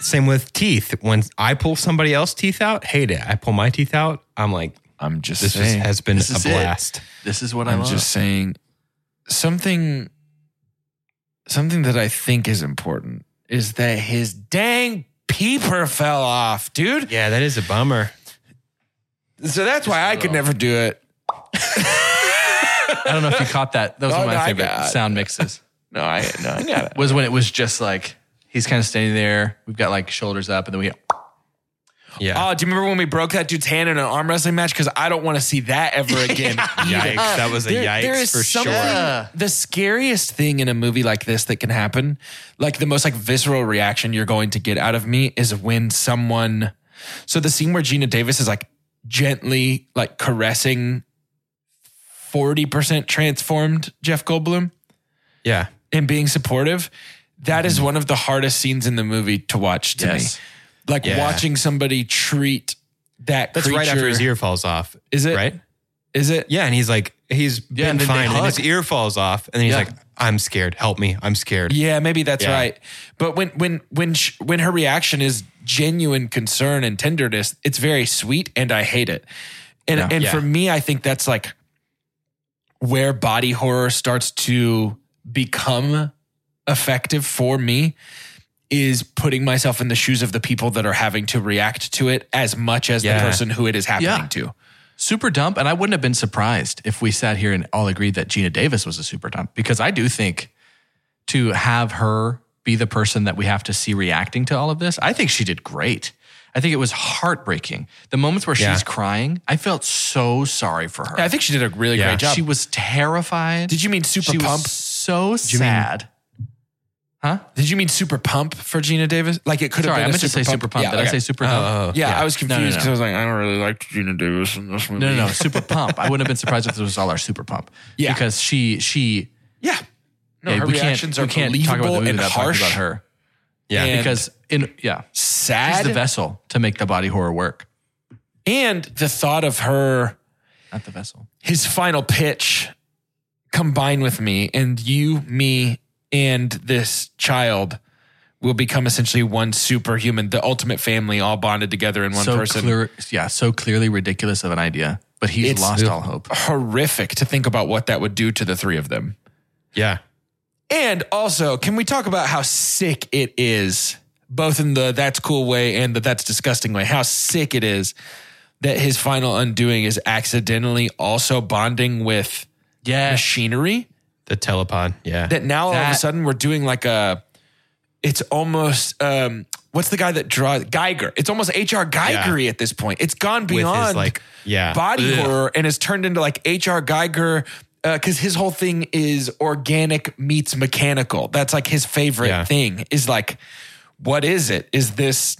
Speaker 3: Same with teeth. When I pull somebody else's teeth out, hate it. I pull my teeth out, I'm like,
Speaker 2: I'm just
Speaker 3: this just
Speaker 2: saying.
Speaker 3: has been
Speaker 4: This
Speaker 3: a
Speaker 4: is it.
Speaker 3: blast.
Speaker 4: this is what I
Speaker 2: I'm
Speaker 4: love.
Speaker 2: just saying something. Something that I think is important is that his dang peeper fell off, dude.
Speaker 3: Yeah, that is a bummer.
Speaker 2: So that's why I could never do it.
Speaker 4: Oh. I don't know if you caught that. That was
Speaker 2: Oh,
Speaker 4: one of
Speaker 2: no,
Speaker 4: my
Speaker 2: I
Speaker 4: favorite
Speaker 2: got it.
Speaker 4: sound mixes.
Speaker 2: No, I no, I got it.
Speaker 4: was when it was just like he's kind of standing there. We've got like shoulders up, and then we
Speaker 3: Yeah.
Speaker 2: Oh, do you remember when we broke that dude's hand in an arm wrestling match? Because I don't want to see that ever again. either.
Speaker 3: Yikes. That was a
Speaker 2: Oh, There-
Speaker 3: yikes
Speaker 2: there is
Speaker 3: for
Speaker 2: something-
Speaker 3: sure.
Speaker 4: Yeah.
Speaker 2: The scariest thing in a movie like this that can happen, like the most like visceral reaction you're going to get out of me is when someone. So the scene where Gina Davis is like gently like caressing 40% transformed Jeff Goldblum
Speaker 3: Yeah.
Speaker 2: and being supportive. That is one of the hardest scenes in the movie to watch to
Speaker 4: Mm-hmm. Yes.
Speaker 2: me. Like
Speaker 3: Yeah.
Speaker 2: watching somebody treat that
Speaker 3: That's
Speaker 2: creature.
Speaker 3: right after his ear falls off.
Speaker 2: Is it
Speaker 3: Right?
Speaker 2: Is it?
Speaker 3: Yeah. And he's like, he's
Speaker 4: Yeah, and then
Speaker 3: been
Speaker 4: they
Speaker 3: fine. And his
Speaker 4: hug.
Speaker 3: ear falls off. And then he's
Speaker 4: Yeah.
Speaker 3: like, I'm scared. Help me. I'm scared.
Speaker 2: Yeah, maybe that's
Speaker 3: Yeah.
Speaker 2: right. But when when when sh- when her reaction is genuine concern and tenderness, it's very sweet, and I hate it. And and
Speaker 3: Yeah.
Speaker 2: for me, I think that's like where body horror starts to become effective for me is putting myself in the shoes of the people that are having to react to it as much as
Speaker 3: Yeah.
Speaker 2: the person who it is happening
Speaker 4: Yeah.
Speaker 2: to.
Speaker 4: super dump. And I wouldn't have been surprised if we sat here and all agreed that Gina Davis was a super dump because I do think to have her be the person that we have to see reacting to all of this, I think she did great. I think it was heartbreaking. The moments where
Speaker 3: Yeah.
Speaker 4: she's crying, I felt so sorry for her.
Speaker 2: I think she did a really
Speaker 3: Yeah.
Speaker 2: great job.
Speaker 4: she was terrified.
Speaker 2: did you mean super
Speaker 4: she
Speaker 2: pump?
Speaker 4: was so
Speaker 2: you mean-
Speaker 4: sad.
Speaker 2: Did you mean super pump for Gina Davis? Like it could
Speaker 4: Sorry, I
Speaker 2: have been
Speaker 4: meant
Speaker 2: a
Speaker 4: to
Speaker 2: super
Speaker 4: say
Speaker 2: pump.
Speaker 4: super pump.
Speaker 2: Yeah,
Speaker 4: Did I
Speaker 2: okay. Oh,
Speaker 4: say super dump?
Speaker 2: Yeah, I was
Speaker 4: No, no,
Speaker 2: confused because
Speaker 4: no.
Speaker 2: I was like, I don't really like Gina Davis in this movie.
Speaker 4: No, no, no. Super pump. I wouldn't have been surprised if this was all our super pump.
Speaker 2: Yeah.
Speaker 4: Because she she
Speaker 2: Yeah. No,
Speaker 4: yeah,
Speaker 2: her
Speaker 4: we
Speaker 2: reactions
Speaker 4: can't,
Speaker 2: are
Speaker 4: we can't talk about the
Speaker 2: believable
Speaker 4: movie
Speaker 2: and
Speaker 4: without talking
Speaker 2: harsh.
Speaker 4: about her.
Speaker 3: Yeah.
Speaker 2: And
Speaker 4: Because in yeah. She's
Speaker 2: sad.
Speaker 4: the vessel to make the body horror work.
Speaker 2: And the thought of her,
Speaker 4: Not the vessel.
Speaker 2: his final pitch, combine with me, and you, me, and this child will become essentially one superhuman, the ultimate family, all bonded together in one
Speaker 4: so
Speaker 2: person.
Speaker 4: clear, yeah, so clearly ridiculous of an idea, but he's
Speaker 2: It's-
Speaker 4: lost all hope.
Speaker 2: Horrific to think about what that would do to the three of them.
Speaker 3: Yeah.
Speaker 2: And also, can we talk about how sick it is, both in the that's cool way and the that's disgusting way, how sick it is that his final undoing is accidentally also bonding with
Speaker 4: Yeah,
Speaker 2: machinery?
Speaker 3: The telepod. Yeah.
Speaker 2: That now all of a
Speaker 4: That-
Speaker 2: sudden we're doing like a, it's almost, um, what's the guy that draws Geiger? It's almost H.R. Geigery at this point. It's gone
Speaker 3: With
Speaker 2: beyond
Speaker 3: his like, yeah.
Speaker 2: body
Speaker 3: Ugh.
Speaker 2: horror and has turned into like H.R. Geiger because his whole thing is organic meets mechanical. That's like his favorite
Speaker 3: Yeah.
Speaker 2: thing is like, what is it? Is this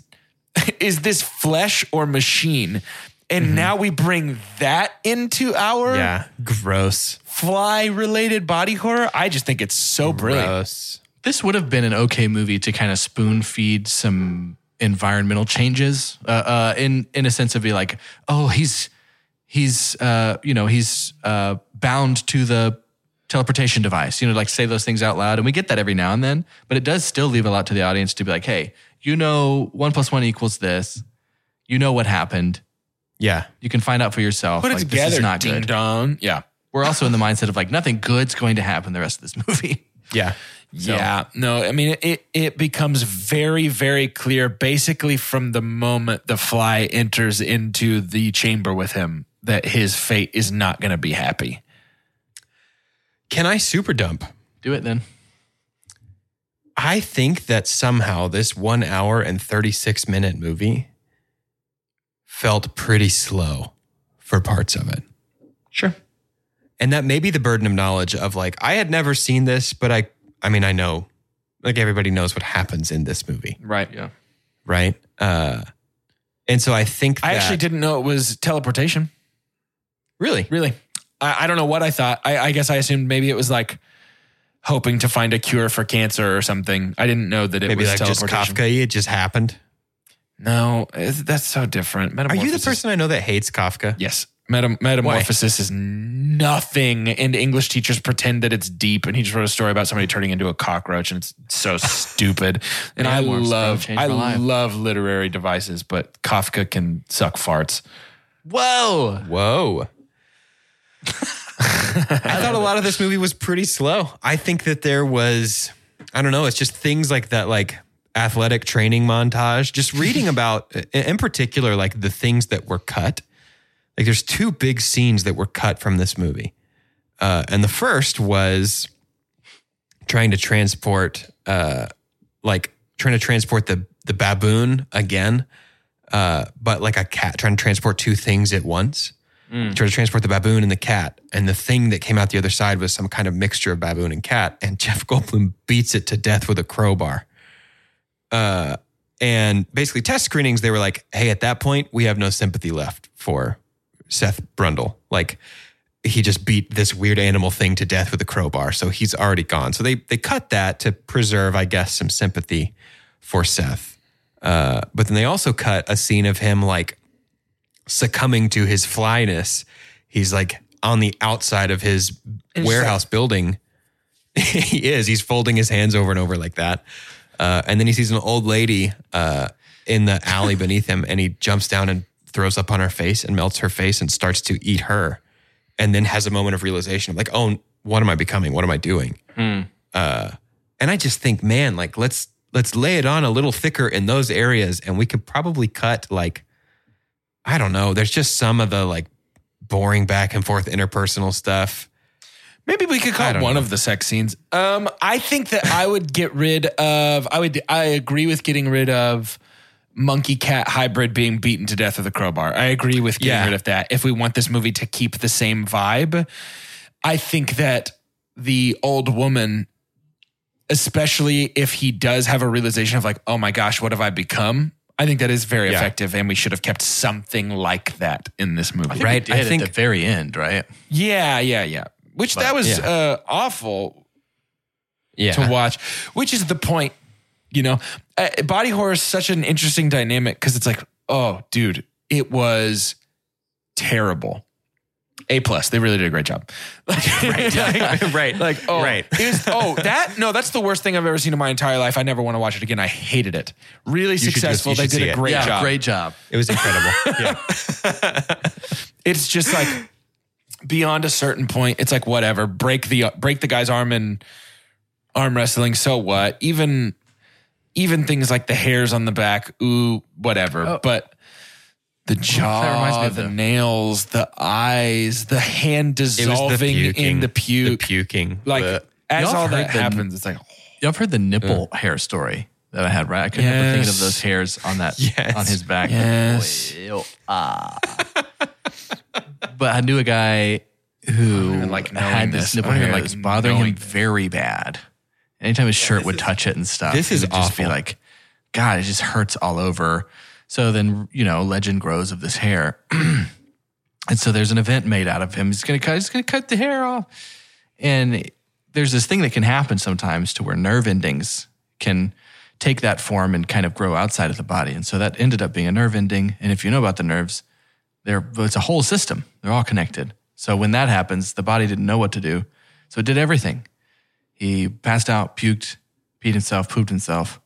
Speaker 2: is this flesh or machine? And now we bring that into our
Speaker 3: Yeah. Gross.
Speaker 2: fly related body horror. I just think it's so brilliant.
Speaker 3: Gross.
Speaker 4: this would have been an okay movie to kind of spoon feed some environmental changes. Uh, uh, in in a sense of be like, oh, he's he's uh, you know he's uh, bound to the teleportation device. You know, like say those things out loud, and we get that every now and then. But it does still leave a lot to the audience to be like, hey, you know, one plus one equals this. You know what happened.
Speaker 3: Yeah.
Speaker 4: You can find out for yourself.
Speaker 2: Put it
Speaker 4: like,
Speaker 2: together,
Speaker 4: this is not
Speaker 2: ding
Speaker 4: good.
Speaker 2: dong. Yeah.
Speaker 4: We're also in the mindset of like nothing good's going to happen the rest of this movie.
Speaker 3: Yeah.
Speaker 2: Yeah, no, I mean it. It becomes very, very clear, basically from the moment the fly enters into the chamber with him, that his fate is not going to be happy.
Speaker 3: Can I super dump?
Speaker 4: Do it then.
Speaker 3: I think that somehow this one hour and 36 minute movie felt pretty slow for parts of it.
Speaker 4: Sure.
Speaker 3: And that may be the burden of knowledge of like, I had never seen this, but I, I mean, I know, like everybody knows what happens in this movie,
Speaker 2: Right.
Speaker 4: Yeah.
Speaker 3: right? Uh, and so I think
Speaker 2: I
Speaker 3: that-
Speaker 2: actually didn't know it was teleportation.
Speaker 3: Really?
Speaker 2: Really, I, I don't know what I thought. I, I guess I assumed maybe it was like, hoping to find a cure for cancer or something. I didn't know that it
Speaker 3: Maybe
Speaker 2: was
Speaker 3: like just
Speaker 2: teleportation.
Speaker 3: Kafka. It just happened.
Speaker 2: No, it's- that's so different.
Speaker 3: Are you the
Speaker 2: Metamorphosis-
Speaker 3: person I know that hates Kafka?
Speaker 2: Yes. Meta- metamorphosis is nothing, and English teachers pretend that it's deep. And he just wrote a story about somebody turning into a cockroach, and it's so stupid. And I
Speaker 4: Metamorphs, that
Speaker 2: love,
Speaker 4: changed
Speaker 2: I
Speaker 4: my life.
Speaker 2: love literary devices, but Kafka can suck farts.
Speaker 4: Whoa.
Speaker 3: Whoa. I thought a lot of this movie was pretty slow. I think that there was, I don't know, it's just things like that, like athletic training montage, just reading about, in particular, like the things that were cut. Like there's two big scenes that were cut from this movie. Uh, and the first was trying to transport, uh, like trying to transport the, the baboon again, uh, but like a cat trying to transport two things at once tried to transport the baboon and the cat. And the thing that came out the other side was some kind of mixture of baboon and cat. And Jeff Goldblum beats it to death with a crowbar. Uh, and basically, test screenings, they were like, hey, at that point, we have no sympathy left for Seth Brundle. Like, he just beat this weird animal thing to death with a crowbar. So he's already gone. So they, they cut that to preserve, I guess, some sympathy for Seth. Uh, but then they also cut a scene of him like succumbing to his flyness. He's like on the outside of his warehouse building. he is. He's folding his hands over and over like that. Uh, and then he sees an old lady uh, in the alley beneath him and he jumps down and throws up on her face and melts her face and starts to eat her. And then has a moment of realization of like, oh, what am I becoming? What am I doing? Uh, and I just think, man, like let's let's lay it on a little thicker in those areas, and we could probably cut like I don't know. There's just some of the like boring back and forth interpersonal stuff.
Speaker 2: Maybe we could
Speaker 3: I
Speaker 2: call
Speaker 3: don't
Speaker 2: one
Speaker 3: know.
Speaker 2: of the sex scenes. Um, I think that I would get rid of. I would. I agree with getting rid of monkey cat hybrid being beaten to death with a crowbar. I agree with getting
Speaker 3: Yeah.
Speaker 2: rid of that. If we want this movie to keep the same vibe, I think that the old woman, especially if he does have a realization of like, oh my gosh, what have I become? I think that is very
Speaker 3: Yeah.
Speaker 2: effective, and we should have kept something like that in this movie.
Speaker 4: I think right. I think at the very end, right?
Speaker 2: Yeah, yeah, yeah. Which that was
Speaker 3: yeah.
Speaker 2: uh, awful
Speaker 3: Yeah.
Speaker 2: to watch. Which is the point, you know. Uh, body horror is such an interesting dynamic because it's like, oh, dude, it was terrible. A plus, they really did a great job. right,
Speaker 3: Like, right.
Speaker 2: Like, oh,
Speaker 3: Right.
Speaker 2: it was, oh, that no, that's the worst thing I've ever seen in my entire life. I never want to watch it again. I hated it. Really
Speaker 3: should just-
Speaker 2: successful.
Speaker 3: you should
Speaker 2: they
Speaker 3: see
Speaker 2: did a
Speaker 3: it.
Speaker 2: great
Speaker 4: yeah,
Speaker 2: job
Speaker 4: great job.
Speaker 3: It was incredible. yeah.
Speaker 2: it's just like beyond a certain point it's like whatever break the break the guy's arm in arm wrestling so what even even things like the hairs on the back ooh whatever but the jaw
Speaker 4: Oh. reminds me of
Speaker 2: the,
Speaker 4: the-
Speaker 2: nails the eyes the hand
Speaker 3: It was
Speaker 2: dissolving in the puke
Speaker 3: The puking.
Speaker 2: like
Speaker 3: Blech.
Speaker 2: as
Speaker 4: Y'all
Speaker 2: all
Speaker 4: heard
Speaker 2: that
Speaker 4: the-
Speaker 2: happens it's like
Speaker 4: Y'all have heard the nipple hair story that I had, right? I couldn't help but thinking of
Speaker 2: Yes.
Speaker 4: those hairs on that
Speaker 3: Yes.
Speaker 4: on his back.
Speaker 2: Yes.
Speaker 4: Ew, ah. but I knew a guy who
Speaker 2: even like knowing
Speaker 4: had this
Speaker 2: this.
Speaker 4: nipple
Speaker 2: I don't
Speaker 4: hair
Speaker 2: even
Speaker 4: like
Speaker 2: like
Speaker 4: bothering
Speaker 2: knowing
Speaker 4: him very bad. Anytime his shirt would touch it and stuff,
Speaker 3: this
Speaker 4: he
Speaker 3: is
Speaker 4: would just be
Speaker 3: awful.
Speaker 4: like, God, it just hurts all over. So then, you know, legend grows of this hair. And so there's an event made out of him. He's gonna cut. He's gonna cut the hair off. And there's this thing that can happen sometimes to where nerve endings can take that form and kind of grow outside of the body. And so that ended up being a nerve ending. And if you know about the nerves, they're it's a whole system. They're all connected. So when that happens, the body didn't know what to do, so it did everything. He passed out, puked, peed himself, pooped himself,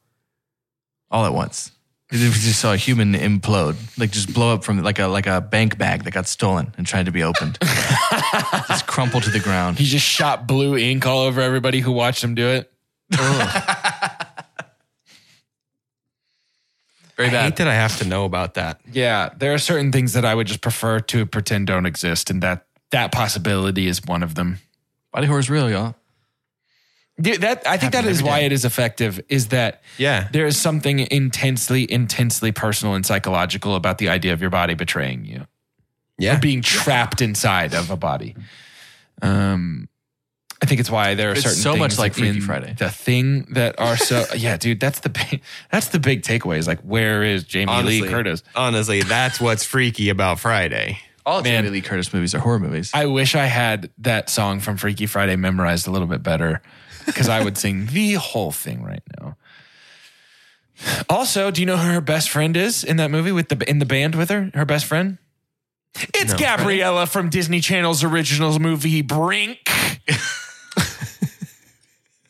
Speaker 4: all at once. You just saw a human implode, like just blow up from like a like a bank bag that got stolen and tried to be opened. just crumple to the ground.
Speaker 2: he just shot blue ink all over everybody who watched him do it
Speaker 4: Very
Speaker 3: I hate
Speaker 4: bad.
Speaker 3: that I have to know about that.
Speaker 2: Yeah, there are certain things that I would just prefer to pretend don't exist, and that that possibility is one of them.
Speaker 4: Body horror is real, y'all.
Speaker 2: Dude, that I think that is why it is effective. Is that
Speaker 3: Yeah.
Speaker 2: there is something intensely, intensely personal and psychological about the idea of your body betraying you,
Speaker 3: Yeah.
Speaker 2: being trapped inside of a body. Um, I think it's why there are
Speaker 4: It's
Speaker 2: certain
Speaker 4: so much
Speaker 2: things
Speaker 4: like Freaky
Speaker 2: in
Speaker 4: Friday.
Speaker 2: The thing that are so yeah, dude. That's the big, that's the big takeaway. Is like where is Jamie Lee
Speaker 3: Honestly.
Speaker 2: Curtis?
Speaker 3: Honestly, that's what's freaky about Friday.
Speaker 4: All
Speaker 2: Man.
Speaker 4: Jamie Lee Curtis movies are horror movies.
Speaker 2: I wish I had that song from Freaky Friday memorized a little bit better. because I would sing the whole thing right now. Also, do you know who her best friend is in that movie with the in the band with her? Her best friend? It's Gabriella from Disney Channel's original movie Brink.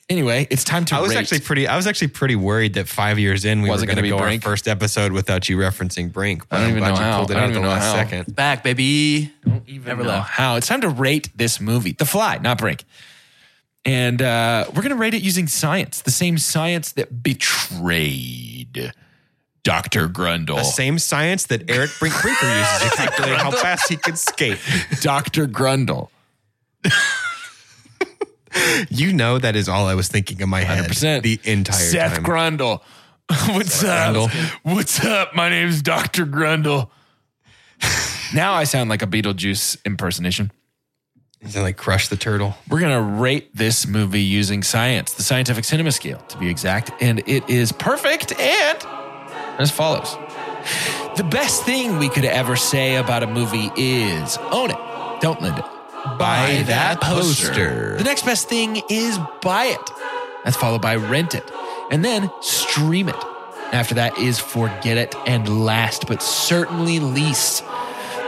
Speaker 2: anyway, it's time to
Speaker 3: I was
Speaker 2: rate.
Speaker 3: actually pretty. I was actually pretty worried that five years in we
Speaker 2: Was
Speaker 3: were
Speaker 2: it
Speaker 3: going
Speaker 2: gonna
Speaker 3: to
Speaker 2: be
Speaker 3: go our
Speaker 2: Brink?
Speaker 3: first episode without you referencing Brink. But
Speaker 2: I don't
Speaker 3: I'm
Speaker 2: even
Speaker 3: glad
Speaker 2: know
Speaker 3: you
Speaker 2: how.
Speaker 3: pulled it
Speaker 2: I
Speaker 3: out
Speaker 2: don't
Speaker 3: at the
Speaker 2: even know
Speaker 3: last
Speaker 2: how.
Speaker 3: second.
Speaker 4: Back, baby.
Speaker 2: never know how. It's time to rate this movie, The Fly, not Brink. And uh, we're going to rate it using science, the same science that betrayed Dr.
Speaker 3: The
Speaker 2: Grundle.
Speaker 3: same science that Eric Brink Brinker uses to calculate how fast he could skate.
Speaker 2: Dr. Grundle.
Speaker 3: You know that is all I was thinking in my head
Speaker 2: 100%.
Speaker 3: the entire
Speaker 2: Seth
Speaker 3: time.
Speaker 2: Grundle. What's up? What's up? My name's Dr. Grundle. now I sound like a Beetlejuice impersonation.
Speaker 3: He's gonna like crush the turtle.
Speaker 2: We're going to rate this movie using science, the scientific cinema scale to be exact, and it is perfect and as follows. The best thing we could ever say about a movie is own it, don't lend it.
Speaker 3: Buy that poster.
Speaker 2: The next best thing is buy it. That's followed by rent it, and then stream it. After that is forget it, and last but certainly least,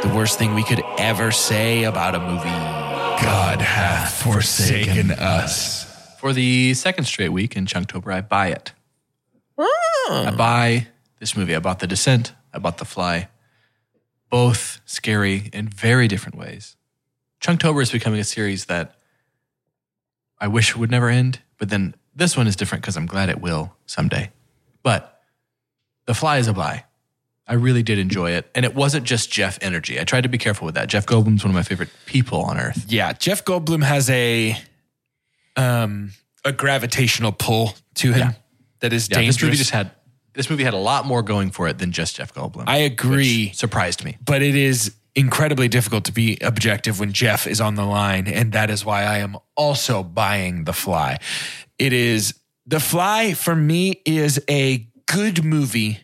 Speaker 2: the worst thing we could ever say about a movie God hath forsaken us.
Speaker 4: For the second straight week in Chunktober, I buy it. I buy this movie. I bought The Descent. I bought The Fly. Both scary in very different ways. Chunktober is becoming a series that I wish would never end, but then this one is different because I'm glad it will someday. But The Fly is a buy. I really did enjoy it. And it wasn't just Jeff energy. I tried to be careful with that. Jeff Goldblum's one of my favorite people on earth.
Speaker 2: Yeah, Jeff Goldblum has a um a gravitational pull to him that is
Speaker 4: Yeah,
Speaker 2: dangerous.
Speaker 4: this movie just had this movie had a lot more going for it than just Jeff Goldblum.
Speaker 2: I agree.
Speaker 4: which surprised me.
Speaker 2: but it is incredibly difficult to be objective when Jeff is on the line. And that is why I am also buying The Fly. It is The Fly for me is a good movie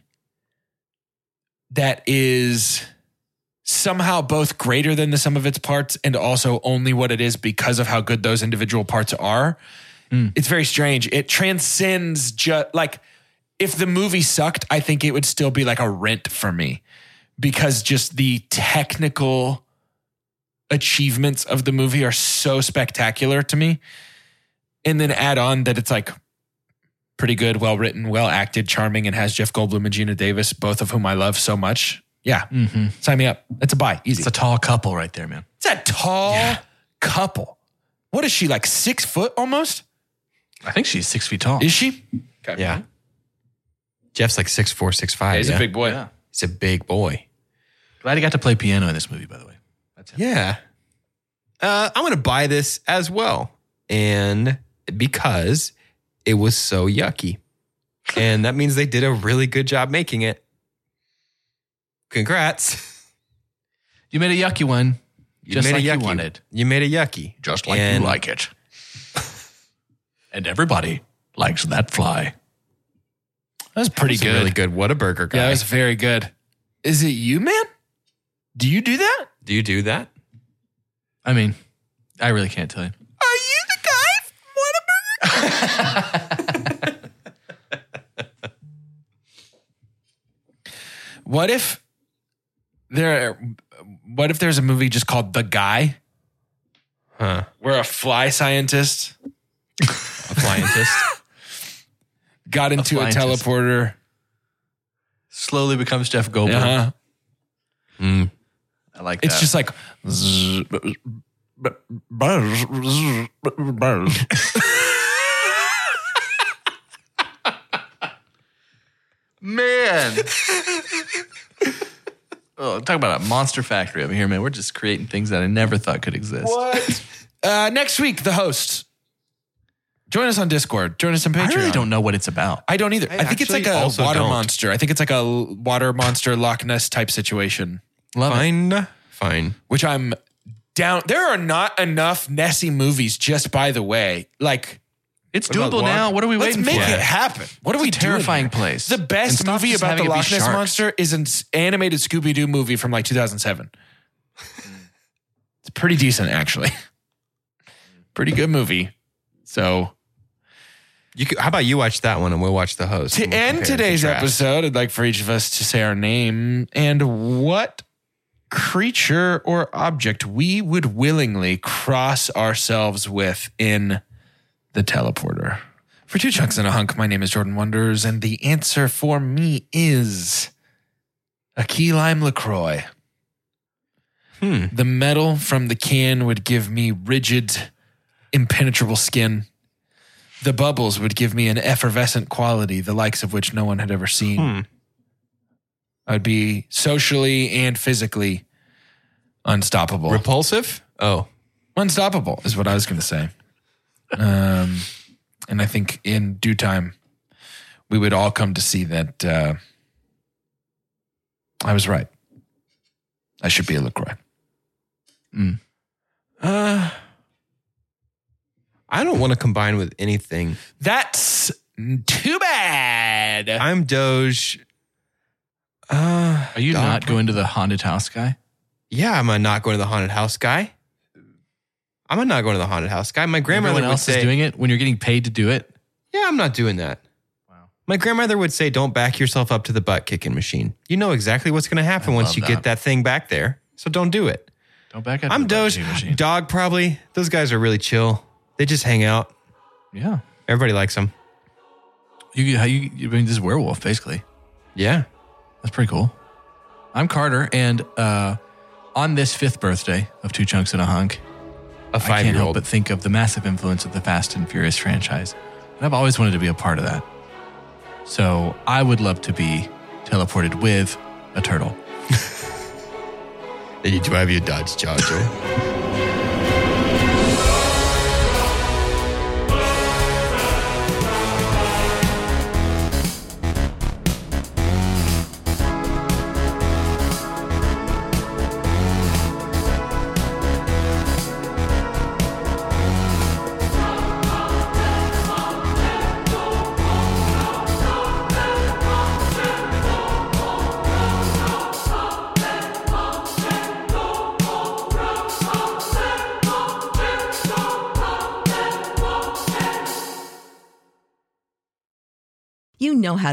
Speaker 2: that is somehow both greater than the sum of its parts and also only what it is because of how good those individual parts are. It's very strange. It transcends just like if the movie sucked, I think it would still be like a rent for me because just the technical achievements of the movie are so spectacular to me. And then add on that it's like pretty good, well written, well acted, charming, and has Jeff Goldblum and Gina Davis, both of whom I love so much. Yeah, sign me up. It's a buy, easy.
Speaker 4: It's a tall couple right there, man.
Speaker 2: It's a tall couple. What is she like six foot almost?
Speaker 4: I think she's six feet tall.
Speaker 2: Is she?
Speaker 3: Yeah. Jeff's like six four, six five.
Speaker 2: he's a big boy.
Speaker 4: Yeah.
Speaker 3: He's a big boy.
Speaker 4: Glad he got to play piano in this movie, by the way.
Speaker 3: Yeah. Uh, I'm going to buy this as well. And because it was so yucky. and that means they did a really good job making it. Congrats.
Speaker 4: You made a yucky one,
Speaker 3: You
Speaker 4: just
Speaker 3: made
Speaker 4: like
Speaker 3: a yucky.
Speaker 4: you wanted,
Speaker 3: You made a yucky.
Speaker 4: just like
Speaker 3: And
Speaker 4: you like it. and everybody likes that fly.
Speaker 2: That was pretty
Speaker 3: it's
Speaker 2: good.
Speaker 3: Really good. What a burger guy.
Speaker 2: yeah, that was very good. Is it you, man? Do you do that?
Speaker 3: do you do that?
Speaker 4: I mean, I really can't tell you.
Speaker 2: Are you the guy from Whataburger? what if there? What if there's a movie just called The Guy,
Speaker 3: Huh.
Speaker 2: where a fly scientist
Speaker 3: A scientist
Speaker 2: got into a,
Speaker 4: flyentist.
Speaker 2: teleporter?
Speaker 4: Slowly becomes Jeff Goldblum.
Speaker 2: Uh-huh.
Speaker 4: I like that.
Speaker 2: It's just like. zzz, buzz, buzz, buzz, buzz.
Speaker 4: man. oh, talk about a monster factory over here, man. We're just creating things that I never thought could exist.
Speaker 2: Uh, next week, the hosts join us on Discord. Join us on Patreon.
Speaker 4: I really don't know what it's about.
Speaker 2: I don't either. I, think it's
Speaker 3: actually
Speaker 2: like a
Speaker 3: also
Speaker 2: water
Speaker 3: don't.
Speaker 2: monster. I think it's like a l- water monster Loch Ness type situation,
Speaker 4: Love it.
Speaker 3: fine. Fine.
Speaker 2: which I'm down. There are not enough Nessie movies, just by the way. Like,
Speaker 4: It's
Speaker 3: about
Speaker 4: doable
Speaker 3: Loch-
Speaker 4: now. What are we
Speaker 2: let's
Speaker 4: waiting
Speaker 2: make
Speaker 4: for?
Speaker 2: it happen. What are we
Speaker 4: a terrifying
Speaker 2: doing here?
Speaker 4: place.
Speaker 2: The best
Speaker 4: And stop
Speaker 2: movie
Speaker 4: just
Speaker 2: about the
Speaker 4: having it be
Speaker 2: Loch Ness
Speaker 4: sharks.
Speaker 2: monster is an s- animated Scooby Doo movie from like 2007. it's pretty decent, actually. pretty good movie. So
Speaker 3: You could, how about you watch that one and we'll watch the host
Speaker 2: to
Speaker 3: and we'll
Speaker 2: end
Speaker 3: compare and
Speaker 2: today's
Speaker 3: contrast.
Speaker 2: episode, I'd like for each of us to say our name and what creature or object we would willingly cross ourselves with in the teleporter. For two chunks and a hunk, my name is Jordan Wonders, and the answer for me is a key lime LaCroix.
Speaker 3: Hmm.
Speaker 2: The metal from the can would give me rigid, impenetrable skin. The bubbles would give me an effervescent quality, the likes of which no one had ever seen.
Speaker 3: Hmm.
Speaker 2: I'd be socially and physically unstoppable.
Speaker 3: Repulsive? Oh,
Speaker 2: unstoppable is what I was going to say. Um, and I think in due time, we would all come to see that uh, I was right. I should be a LaCroix.
Speaker 3: Uh, I don't want to combine with anything.
Speaker 2: That's too bad.
Speaker 3: I'm Doge. Uh,
Speaker 4: Are you
Speaker 3: dog-
Speaker 4: not going to the haunted house guy?
Speaker 3: Yeah, I'm a not going to the haunted house guy. I'm a not going to the haunted house guy. My grandmother
Speaker 4: Everyone
Speaker 3: would
Speaker 4: else
Speaker 3: say,
Speaker 4: is doing it when you're getting paid to do it.
Speaker 3: "Yeah, I'm not doing that."
Speaker 4: Wow.
Speaker 3: My grandmother would say, "Don't back yourself up to the butt kicking machine. You know exactly what's going to happen
Speaker 4: I
Speaker 3: once
Speaker 4: love
Speaker 3: you get
Speaker 4: that.
Speaker 3: that thing back there. So don't do it."
Speaker 4: Don't back out.
Speaker 3: I'm
Speaker 4: to the
Speaker 3: Doge.
Speaker 4: vending machine.
Speaker 3: Dog probably. Those guys are really chill. They just hang out.
Speaker 4: Yeah.
Speaker 3: Everybody likes them.
Speaker 4: You how you I mean this is werewolf basically.
Speaker 3: Yeah.
Speaker 4: That's pretty cool. I'm Carter, and uh, on this fifth birthday of Two Chunks and a Hunk,
Speaker 3: A
Speaker 4: I
Speaker 3: five
Speaker 4: can't
Speaker 3: year
Speaker 4: help
Speaker 3: old.
Speaker 4: but think of the massive influence of the Fast and Furious franchise, and I've always wanted to be a part of that. So I would love to be teleported with a turtle.
Speaker 3: They need to have you Dodge Charger.
Speaker 7: You know how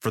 Speaker 8: For